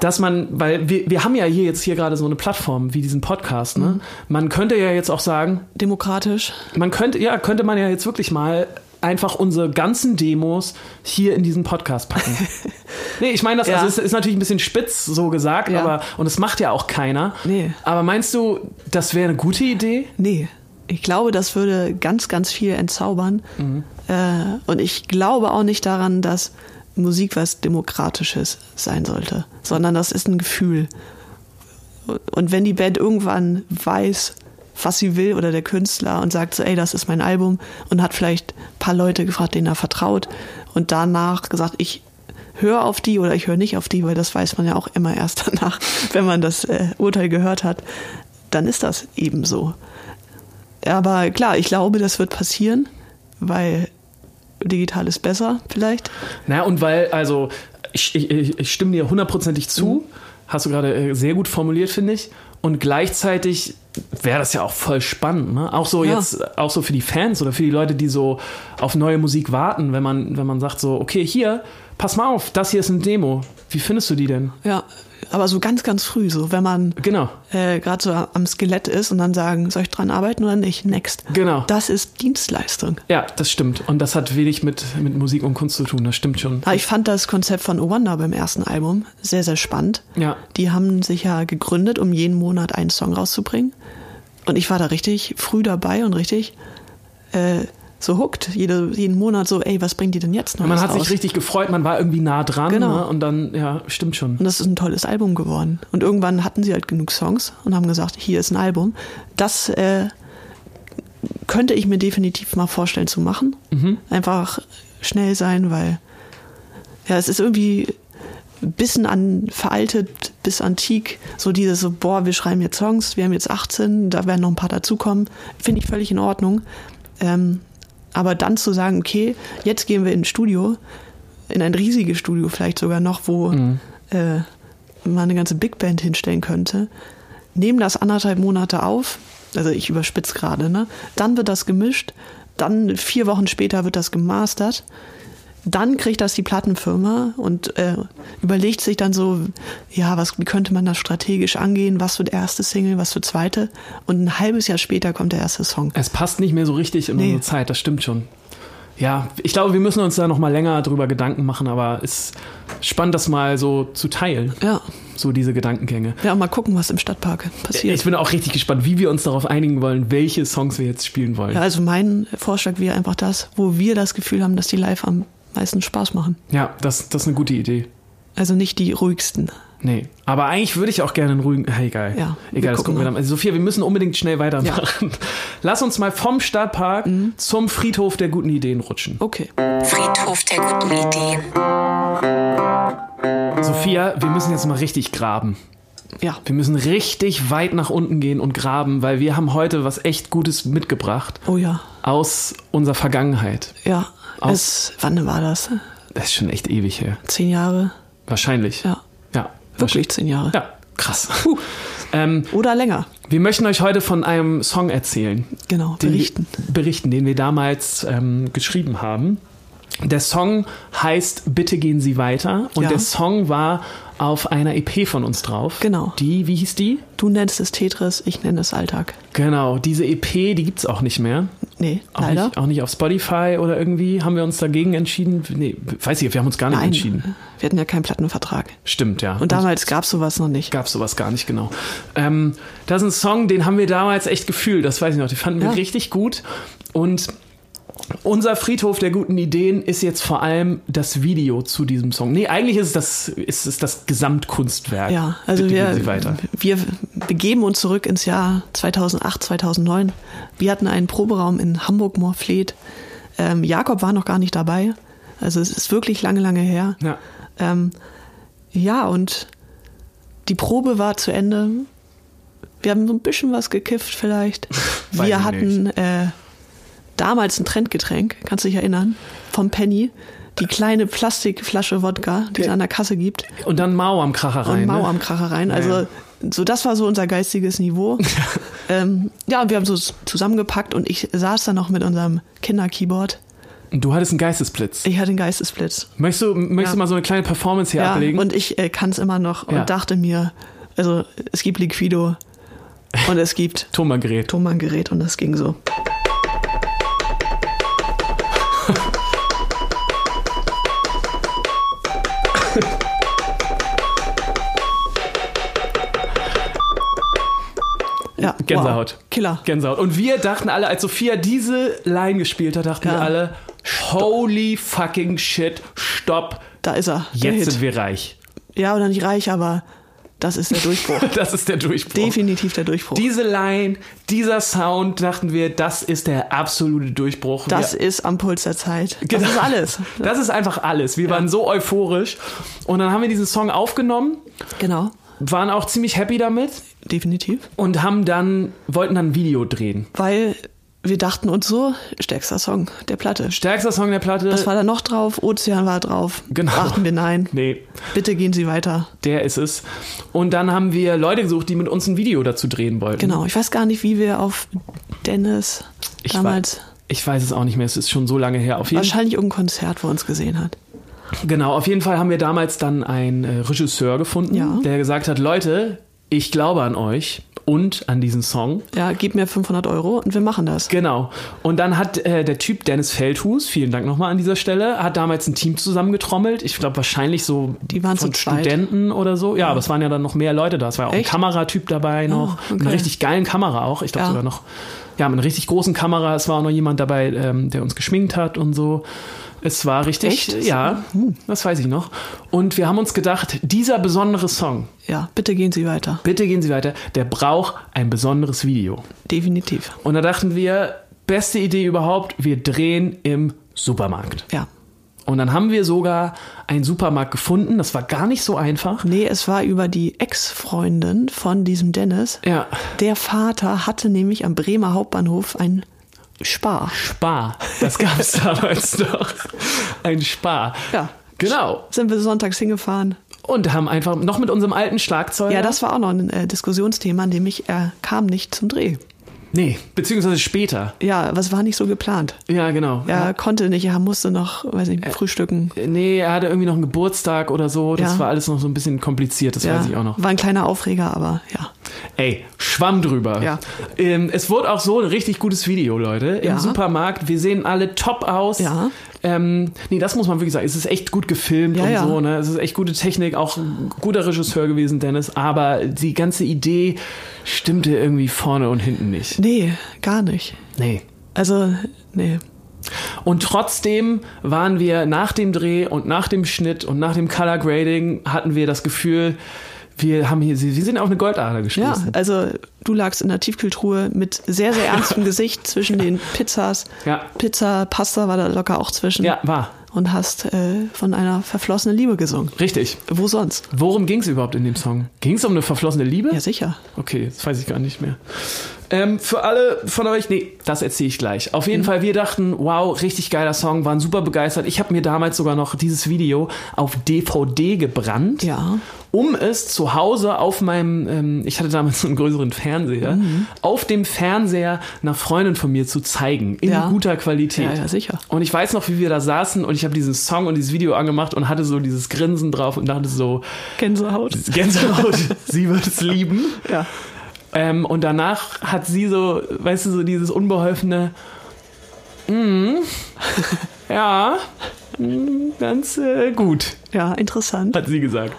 dass man, weil wir, wir haben ja hier jetzt hier gerade so eine Plattform wie diesen Podcast, ne? Man könnte ja jetzt auch sagen, Demokratisch. man könnte, ja, könnte man ja jetzt wirklich mal einfach unsere ganzen Demos hier in diesen Podcast packen. nee, ich meine, das Ja. also es ist natürlich ein bisschen spitz so gesagt, Ja. aber und es macht ja auch keiner. Nee. Aber meinst du, das wäre eine gute Idee? Nee. Ich glaube, das würde ganz, ganz viel entzaubern. Äh, und ich glaube auch nicht daran, dass Musik was Demokratisches sein sollte, sondern das ist ein Gefühl. Und wenn die Band irgendwann weiß, was sie will oder der Künstler und sagt so, ey, das ist mein Album und hat vielleicht ein paar Leute gefragt, denen er vertraut und danach gesagt, ich höre auf die oder ich höre nicht auf die, weil das weiß man ja auch immer erst danach, wenn man das äh, Urteil gehört hat, dann ist das eben so. Aber klar, ich glaube, das wird passieren, weil digital ist besser vielleicht. Na und weil also ich, ich- ich, ich stimme dir hundertprozentig zu. Mhm. Hast du gerade äh, sehr gut formuliert, finde ich. Und gleichzeitig wäre das ja auch voll spannend, ne? Auch so Ja. jetzt auch so für die Fans oder für die Leute, die so auf neue Musik warten, wenn man, wenn man sagt so, okay, hier, pass mal auf, das hier ist eine Demo. Wie findest du die denn? Ja, aber so ganz, ganz früh, so wenn man Genau. äh, gerade so am Skelett ist und dann sagen, soll ich dran arbeiten oder nicht? Next. Genau. Das ist Dienstleistung. Ja, das stimmt. Und das hat wenig mit, mit Musik und Kunst zu tun, das stimmt schon. Aber Ah, ich fand das Konzept von Owanda beim ersten Album sehr, sehr spannend. Ja. Die haben sich ja gegründet, um jeden Monat einen Song rauszubringen. Und ich war da richtig früh dabei und richtig äh, so hooked. Jede, jeden Monat so, ey, was bringt die denn jetzt noch? Man hat raus? sich richtig gefreut, man war irgendwie nah dran Genau. ne? und dann, ja, stimmt schon. Und das ist ein tolles Album geworden. Und irgendwann hatten sie halt genug Songs und haben gesagt, hier ist ein Album. Das äh, könnte ich mir definitiv mal vorstellen zu machen. Einfach schnell sein, weil Ja, es ist irgendwie ein bisschen an veraltet bis antik. So dieses, so, boah, wir schreiben jetzt Songs, wir haben jetzt 18, da werden noch ein paar dazukommen. Finde ich völlig in Ordnung. Ähm, aber dann zu sagen, okay, jetzt gehen wir in ein Studio, in ein riesiges Studio vielleicht sogar noch, wo äh, man eine ganze Big Band hinstellen könnte, nehmen das anderthalb Monate auf, also ich überspitze gerade, ne? dann wird das gemischt, dann vier Wochen später wird das gemastert, dann kriegt das die Plattenfirma und äh, überlegt sich dann so, ja, was, wie könnte man das strategisch angehen, was wird erste Single, was wird zweite und ein halbes Jahr später kommt der erste Song. Es passt nicht mehr so richtig in Nee. unsere Zeit, das stimmt schon. Ja, ich glaube, wir müssen uns da nochmal länger drüber Gedanken machen, aber es ist spannend, das mal so zu teilen, Ja, so diese Gedankengänge. ja, und mal gucken, was im Stadtpark passiert. Ich bin auch richtig gespannt, wie wir uns darauf einigen wollen, welche Songs wir jetzt spielen wollen. Ja, also mein Vorschlag wäre einfach das, wo wir das Gefühl haben, dass die live am meisten Spaß machen. Ja, das, das ist eine gute Idee. Also nicht die ruhigsten. Nee, aber eigentlich würde ich auch gerne einen ruhigen. Ah, egal. Ja, wir egal, das gucken wir gucken mal. dann. Also, Sophia, wir müssen unbedingt schnell weitermachen. Lass uns mal vom Stadtpark Mhm. zum Friedhof der guten Ideen rutschen. Okay. Friedhof der guten Ideen. Sophia, wir müssen jetzt mal richtig graben. Ja. Wir müssen richtig weit nach unten gehen und graben, weil wir haben heute was echt Gutes mitgebracht Oh ja. aus unserer Vergangenheit. Ja. Aus- Es, wann war das? Das ist schon echt ewig her. Zehn Jahre? Wahrscheinlich. Ja. Ja. Wirklich zehn Jahre. Ja. Krass. Ähm, Oder länger. wir möchten euch heute von einem Song erzählen. Genau. den Berichten. Wir, berichten, den wir damals ähm, geschrieben haben. Der Song heißt Bitte gehen Sie weiter und Ja. der Song war auf einer EP von uns drauf. Genau. Die, wie hieß die? Du nennst es Tetris, ich nenne es Alltag. Genau, diese EP, die gibt's auch nicht mehr. Nee, Auch leider. nicht, auch nicht auf Spotify oder irgendwie haben wir uns dagegen entschieden. Nee, weiß ich, wir haben uns gar nicht Nein. entschieden. Wir hatten ja keinen Plattenvertrag. Stimmt, ja. Und damals gab es sowas noch nicht. gab sowas gar nicht, genau. Ähm, das ist ein Song, den haben wir damals echt gefühlt, das weiß ich noch. Die fanden wir Ja. richtig gut. Und unser Friedhof der guten Ideen ist jetzt vor allem das Video zu diesem Song. Nee, eigentlich ist es das, ist es das Gesamtkunstwerk. Ja, also Bitte gehen wir, Sie weiter. wir begeben uns zurück ins Jahr 2008, 2009. Wir hatten einen Proberaum in Hamburg-Morfleet. Ähm, Jakob war noch gar nicht dabei. Also es ist wirklich lange, lange her. Ja. Ähm, ja, und die Probe war zu Ende. Wir haben so ein bisschen was gekifft vielleicht. Weiß ich Wir hatten äh, damals ein Trendgetränk, kannst du dich erinnern, vom Penny. Die kleine Plastikflasche Wodka, die es Ja. an der Kasse gibt. Und dann Mauer am Kracher rein. Und Mauer ne? am Kracher rein. Ja, Also ja. so, das war so unser geistiges Niveau. ähm, ja, und wir haben so zusammengepackt und ich saß dann noch mit unserem Kinderkeyboard. Und du hattest einen Geistesblitz. Ich hatte einen Geistesblitz. Möchtest du, möchtest du Ja. mal so eine kleine Performance hier Ja, ablegen? und ich äh, kann es immer noch Ja. und dachte mir, also es gibt Liquido und es gibt Thomas-Gerät. Thomann-Gerät und das ging so. ja, Gänsehaut. Wow. Killer. Gänsehaut. Und wir dachten alle, als Sophia diese Line gespielt hat, dachten Ja. wir alle, holy fucking shit, stopp, Da ist er. Der jetzt Hit. sind wir reich. Ja, oder nicht reich, aber das ist der Durchbruch. Das ist der Durchbruch. Definitiv der Durchbruch. Diese Line, dieser Sound, dachten wir, das ist der absolute Durchbruch. das wir, ist am Puls der Zeit. Das Genau. ist alles. Das ist einfach alles. Wir waren so euphorisch. Und dann haben wir diesen Song aufgenommen, Genau. waren auch ziemlich happy damit Definitiv. und haben dann, wollten dann ein Video drehen. Weil wir dachten uns so, stärkster Song der Platte. Stärkster Song der Platte. Was war da noch drauf? Ozean war drauf. Genau. Dachten wir nein. nee, Bitte gehen Sie weiter. der ist es. Und dann haben wir Leute gesucht, die mit uns ein Video dazu drehen wollten. Genau. Ich weiß gar nicht, wie wir auf Dennis Ich damals Wei ich weiß es auch nicht mehr, es ist schon so lange her. Auf jeden, wahrscheinlich irgendein Konzert, wo er uns gesehen hat. genau, auf jeden Fall haben wir damals dann einen äh, Regisseur gefunden, Ja. der gesagt hat, Leute, ich glaube an euch und an diesen Song. Ja, gib mir 500 Euro und wir machen das. Genau. Und dann hat äh, der Typ Dennis Feldhus, vielen Dank nochmal an dieser Stelle, hat damals ein Team zusammengetrommelt. Ich glaube wahrscheinlich so Die waren von zu zweit. Studenten oder so. Ja, aber es waren ja dann noch mehr Leute da. Es war ja auch Echt? ein Kameratyp dabei noch. Ah, okay. Mit einer richtig geilen Kamera auch. Ich glaube Ja. sogar noch. Ja, mit einer richtig großen Kamera. Es war auch noch jemand dabei, ähm, der uns geschminkt hat und so. Es war richtig, Echt? ja, Hm. das weiß ich noch. Und wir haben uns gedacht, dieser besondere Song, Ja, bitte gehen Sie weiter. bitte gehen Sie weiter, der braucht ein besonderes Video. Definitiv. Und da dachten wir, beste Idee überhaupt, wir drehen im Supermarkt. Ja. Und dann haben wir sogar einen Supermarkt gefunden. Das war gar nicht so einfach. Nee, es war über die Ex-Freundin von diesem Dennis. Ja. Der Vater hatte nämlich am Bremer Hauptbahnhof ein Spar. Spar. Das gab es damals noch. Ein Spar. Ja. Genau. Sind wir sonntags hingefahren. Und haben einfach noch mit unserem alten Schlagzeug. Ja, das war auch noch ein äh, Diskussionsthema, nämlich er kam nicht zum Dreh. Nee, beziehungsweise später. Ja, was war nicht so geplant. Ja, Äh, genau. Er konnte nicht, er musste noch, weiß nicht, frühstücken. Nee, er hatte irgendwie noch einen Geburtstag oder so. Das Ja. war alles noch so ein bisschen kompliziert, das ja, weiß ich auch noch. War ein kleiner Aufreger, aber ja. Ey, Schwamm drüber. Ja. Ähm, es wurde auch so ein richtig gutes Video, Leute. Im Ja. Supermarkt. Wir sehen alle top aus. Ja. Ähm, nee, das muss man wirklich sagen. Es ist echt gut gefilmt Ja, und ja. so. Ne? Es ist echt gute Technik. Auch ein guter Regisseur gewesen, Dennis. Aber die ganze Idee stimmte irgendwie vorne und hinten nicht. Nee, gar nicht. Nee. Also, nee. Und trotzdem waren wir nach dem Dreh und nach dem Schnitt und nach dem Color Grading hatten wir das Gefühl, wir haben hier, wir sind auf eine Goldader Ja, gestoßen. also du lagst in der Tiefkühltruhe mit sehr, sehr ernstem Gesicht zwischen den Pizzas. Ja. Pizza, Pasta war da locker auch zwischen. Ja, war. Und hast äh, von einer verflossenen Liebe gesungen. Richtig. Wo sonst? Worum ging es überhaupt in dem Song? Ging es um eine verflossene Liebe? Ja, sicher. Okay, das weiß ich gar nicht mehr. Ähm, für alle von euch, nee, das erzähle ich gleich. Auf Mhm. jeden Fall, wir dachten, wow, richtig geiler Song, waren super begeistert. Ich habe mir damals sogar noch dieses Video auf DVD gebrannt, Ja. um es zu Hause auf meinem, ähm, ich hatte damals einen größeren Fernseher, Mhm. auf dem Fernseher einer Freundin von mir zu zeigen, in Ja. guter Qualität. Ja, ja, sicher. Und ich weiß noch, wie wir da saßen und ich habe diesen Song und dieses Video angemacht und hatte so dieses Grinsen drauf und dachte so, Gänsehaut. Gänsehaut, sie wird es lieben. Ja. Ähm, und danach hat sie so, weißt du, so dieses unbeholfene, mm, ja, mm, ganz äh, gut, Ja, interessant. hat sie gesagt.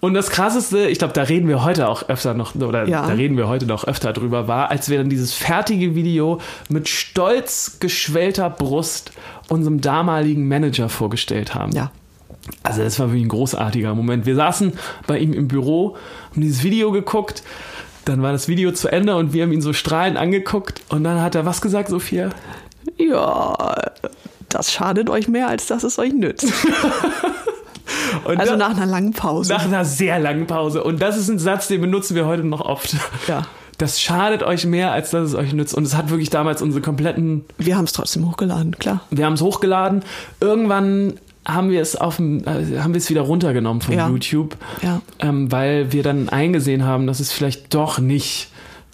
Und das Krasseste, ich glaube, da reden wir heute auch öfter noch, oder Ja. da reden wir heute noch öfter drüber, war, als wir dann dieses fertige Video mit stolz geschwellter Brust unserem damaligen Manager vorgestellt haben. Ja. Also das war wirklich ein großartiger Moment. Wir saßen bei ihm im Büro, haben dieses Video geguckt, dann war das Video zu Ende und wir haben ihn so strahlend angeguckt und dann hat er was gesagt, Sophia? Ja, das schadet euch mehr, als dass es euch nützt. Und Also da- nach einer langen Pause. nach einer sehr langen Pause. Und das ist ein Satz, den benutzen wir heute noch oft. Ja. Das schadet euch mehr, als dass es euch nützt. Und es hat wirklich damals unsere kompletten wir haben es trotzdem hochgeladen, klar. Wir haben es hochgeladen. Irgendwann haben wir es auf dem, äh, haben wir es wieder runtergenommen von Ja. YouTube, Ja. ähm, weil wir dann eingesehen haben, dass es vielleicht doch nicht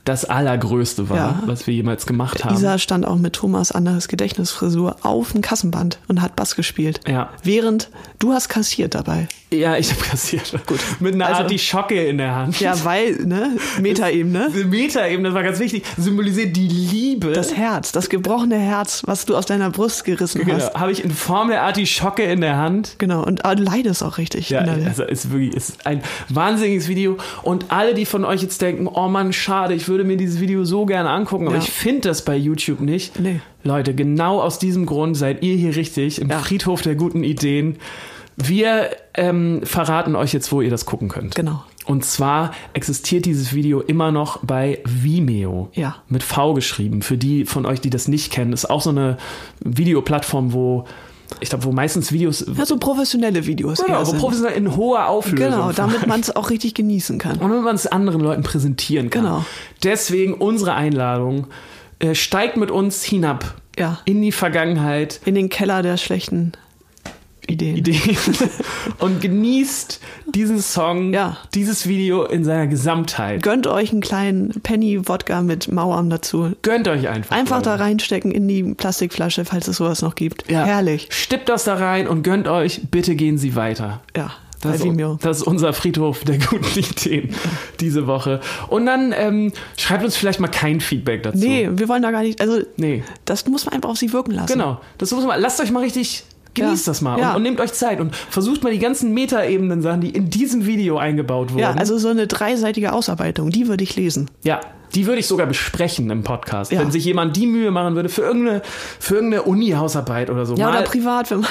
das allergrößte war, Ja. was wir jemals gemacht haben. Isa stand auch mit Thomas anderes Gedächtnisfrisur auf dem Kassenband und hat Bass gespielt. Ja. Während du hast kassiert dabei. ja, ich habe kassiert. Gut. Mit einer Also- Art die Schocke in der Hand. Ja, weil, ne? Metaebene. Diese Meter eben, das war ganz wichtig, symbolisiert die Liebe. Das Herz, das gebrochene Herz, was du aus deiner Brust gerissen genau, hast. habe ich in Form der Art die Schocke in der Hand. Genau, und ah, du leidest auch richtig. Ja, innerlich. also ist wirklich ist ein wahnsinniges Video. Und alle, die von euch jetzt denken, oh Mann, schade, ich würde mir dieses Video so gerne angucken, aber Ja. ich finde das bei YouTube nicht. Nee. Leute, genau aus diesem Grund seid ihr hier richtig, im Ja. Friedhof der guten Ideen. Wir ähm, verraten euch jetzt, wo ihr das gucken könnt. Genau. Und zwar existiert dieses Video immer noch bei Vimeo. Ja. Mit V geschrieben. Für die von euch, die das nicht kennen, ist auch so eine Videoplattform, wo ich glaube, wo meistens Videos ja, so professionelle Videos. Genau, eher aber sind. professionell in hoher Auflösung. genau damit man es auch richtig genießen kann. Und wenn man es anderen Leuten präsentieren kann. Genau. Deswegen unsere Einladung, äh, steigt mit uns hinab Ja. in die Vergangenheit, In den Keller der schlechten Ideen. Ideen und genießt diesen Song, Ja. dieses Video in seiner Gesamtheit. Gönnt euch einen kleinen Penny-Wodka mit Mauern dazu. Gönnt euch einfach. Einfach da Leute. reinstecken in die Plastikflasche, falls es sowas noch gibt. Ja. Herrlich. Stippt das da rein und gönnt euch, bitte gehen Sie weiter. Ja, bei Das, Vimeo. ist, das ist unser Friedhof der guten Ideen diese Woche. Und dann ähm, schreibt uns vielleicht mal kein Feedback dazu. Nee, wir wollen da gar nicht. Also, Nee. das muss man einfach auf sich wirken lassen. Genau. Das muss man, lasst euch mal richtig, genießt Ja. das mal Ja. und, und nehmt euch Zeit und versucht mal die ganzen Metaebenen-Sachen, die in diesem Video eingebaut wurden. Ja, also so eine dreiseitige Ausarbeitung, die würde ich lesen. ja die würde ich sogar besprechen im Podcast. Ja. Wenn sich jemand die Mühe machen würde für irgendeine, für irgendeine Uni-Hausarbeit oder so. Ja, mal, oder privat, wenn man,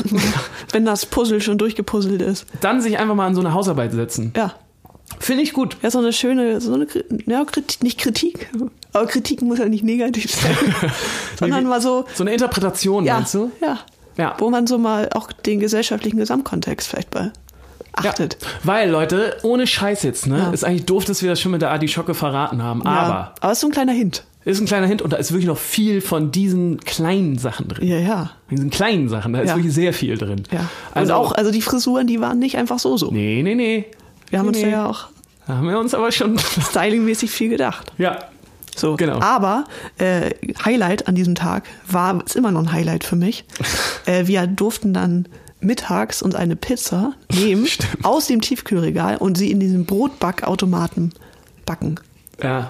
wenn das Puzzle schon durchgepuzzelt ist. dann sich einfach mal an so eine Hausarbeit setzen. Ja. Finde ich gut. Ja, so eine schöne, so eine, Kri- ja, Kritik, nicht Kritik, aber Kritik muss ja nicht negativ sein, sondern mal so, So eine Interpretation, ja, meinst du? ja, Ja. wo man so mal auch den gesellschaftlichen Gesamtkontext vielleicht mal achtet. Ja, weil, Leute, ohne Scheiß jetzt, ne? Ja. Ist eigentlich doof, dass wir das schon mit der Adi Schocke verraten haben. Ja, Aber aber ist so ein kleiner Hint. ist ein kleiner Hint und da ist wirklich noch viel von diesen kleinen Sachen drin. Ja, ja. In diesen kleinen Sachen, da ist Ja. wirklich sehr viel drin. ja. Also Und auch, also die Frisuren, die waren nicht einfach so so. Nee, nee, nee. Wir haben nee, uns da nee. ja auch Da haben wir uns aber schon. stylingmäßig viel gedacht. ja. So. Ah. Genau. Aber äh, Highlight an diesem Tag war, ist immer noch ein Highlight für mich. äh, wir durften dann mittags uns eine Pizza nehmen aus dem Tiefkühlregal und sie in diesem Brotbackautomaten backen. Ja.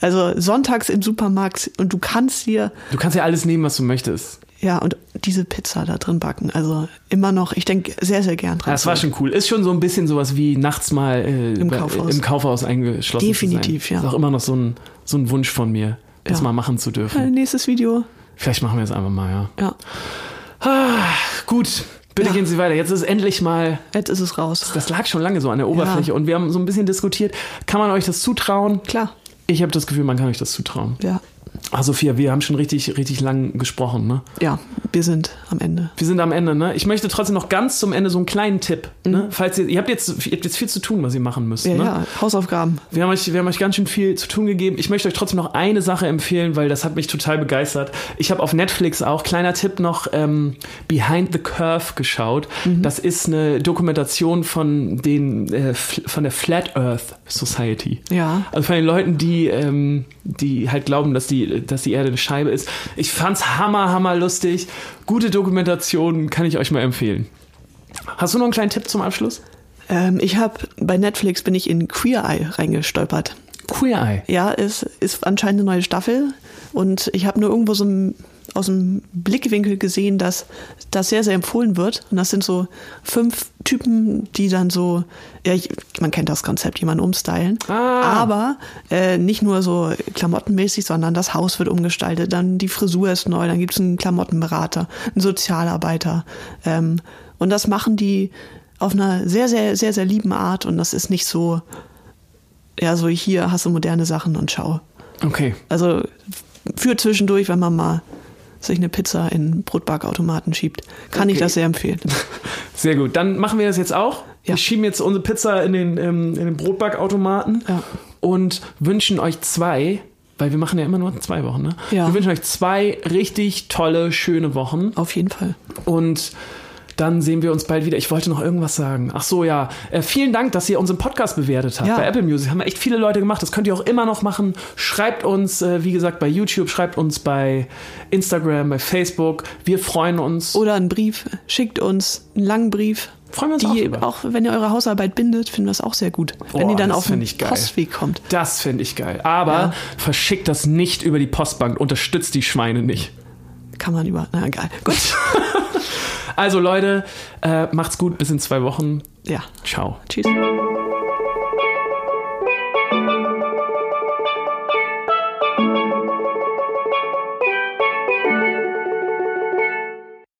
Also sonntags im Supermarkt und du kannst dir Du kannst ja alles nehmen, was du möchtest. ja und diese Pizza da drin backen. Also immer noch, ich denke sehr sehr gern dran. Das war schon cool. Ist schon so ein bisschen sowas wie nachts mal äh, Im bei- Kaufhaus. im Kaufhaus eingeschlossen. Definitiv, zu sein. ja. Ist auch immer noch so ein, so ein Wunsch von mir, das Ja. mal machen zu dürfen. Äh, Nächstes Video. Vielleicht machen wir es einfach mal, ja. Ja, Gut, bitte Ja. gehen Sie weiter. Jetzt ist endlich mal, jetzt ist es raus. das lag schon lange so an der Oberfläche Ja. und wir haben so ein bisschen diskutiert, kann man euch das zutrauen? Klar. Ich habe das Gefühl, man kann euch das zutrauen. Ja, Ah, Sophia, wir haben schon richtig, richtig lang gesprochen, ne? ja, wir sind am Ende. Wir sind am Ende, ne? Ich möchte trotzdem noch ganz zum Ende so einen kleinen Tipp, ne? Falls ihr, ihr habt jetzt, ihr habt jetzt viel zu tun, was ihr machen müsst, Mhm. Ja, ne? ja, Hausaufgaben. Wir haben, euch, wir haben euch ganz schön viel zu tun gegeben. Ich möchte euch trotzdem noch eine Sache empfehlen, weil das hat mich total begeistert. Ich habe auf Netflix auch, kleiner Tipp noch, ähm, Behind the Curve geschaut. Das ist eine Dokumentation von, den, äh, F- von der Flat Earth Society. Ja. Also von den Leuten, die, ähm, die halt glauben, dass die, dass die Erde eine Scheibe ist. Ich fand's hammer, hammer lustig. Gute Dokumentation kann ich euch mal empfehlen. Hast du noch einen kleinen Tipp zum Abschluss? Ähm, ich habe bei Netflix bin ich in Queer Eye reingestolpert. Queer Eye. Ja, es ist anscheinend eine neue Staffel und ich habe nur irgendwo so ein, aus dem Blickwinkel gesehen, dass das sehr, sehr empfohlen wird. Und das sind so fünf Typen, die dann so, ja, ich, man kennt das Konzept, jemanden umstylen. Aber äh, nicht nur so klamottenmäßig, sondern das Haus wird umgestaltet, dann die Frisur ist neu, dann gibt es einen Klamottenberater, einen Sozialarbeiter. Ähm, und das machen die auf einer sehr, sehr, sehr, sehr lieben Art und das ist nicht so ja, so hier hast du moderne Sachen und schau. Okay. Also für zwischendurch, wenn man mal sich eine Pizza in einen Brotbackautomaten schiebt, kann ich Okay. das sehr empfehlen. Sehr gut. Dann machen wir das jetzt auch. Ja. Wir schieben jetzt unsere Pizza in den, ähm, in den Brotbackautomaten Ja. und wünschen euch zwei, weil wir machen ja immer nur zwei Wochen, ne? Ja. Wir wünschen euch zwei richtig tolle, schöne Wochen Auf jeden Fall. und dann sehen wir uns bald wieder. Ich wollte noch irgendwas sagen. Ach so, ja. Äh, vielen Dank, dass ihr unseren Podcast bewertet habt. Ja. Bei Apple Music haben wir echt viele Leute gemacht. Das könnt ihr auch immer noch machen. Schreibt uns, äh, wie gesagt, bei YouTube, schreibt uns bei Instagram, bei Facebook. Wir freuen uns. Oder einen Brief, schickt uns einen langen Brief. Freuen wir uns auch die, drüber. auch, wenn ihr eure Hausarbeit bindet, finden wir es auch sehr gut. wenn Boah, die dann das auf den find ich geil. Postweg kommt. Das finde ich geil. Aber Ja. verschickt das nicht über die Postbank, unterstützt die Schweine nicht. Kann man über. Na egal. Gut. Also Leute, äh, macht's gut, bis in zwei Wochen. Ja. Ciao. Tschüss.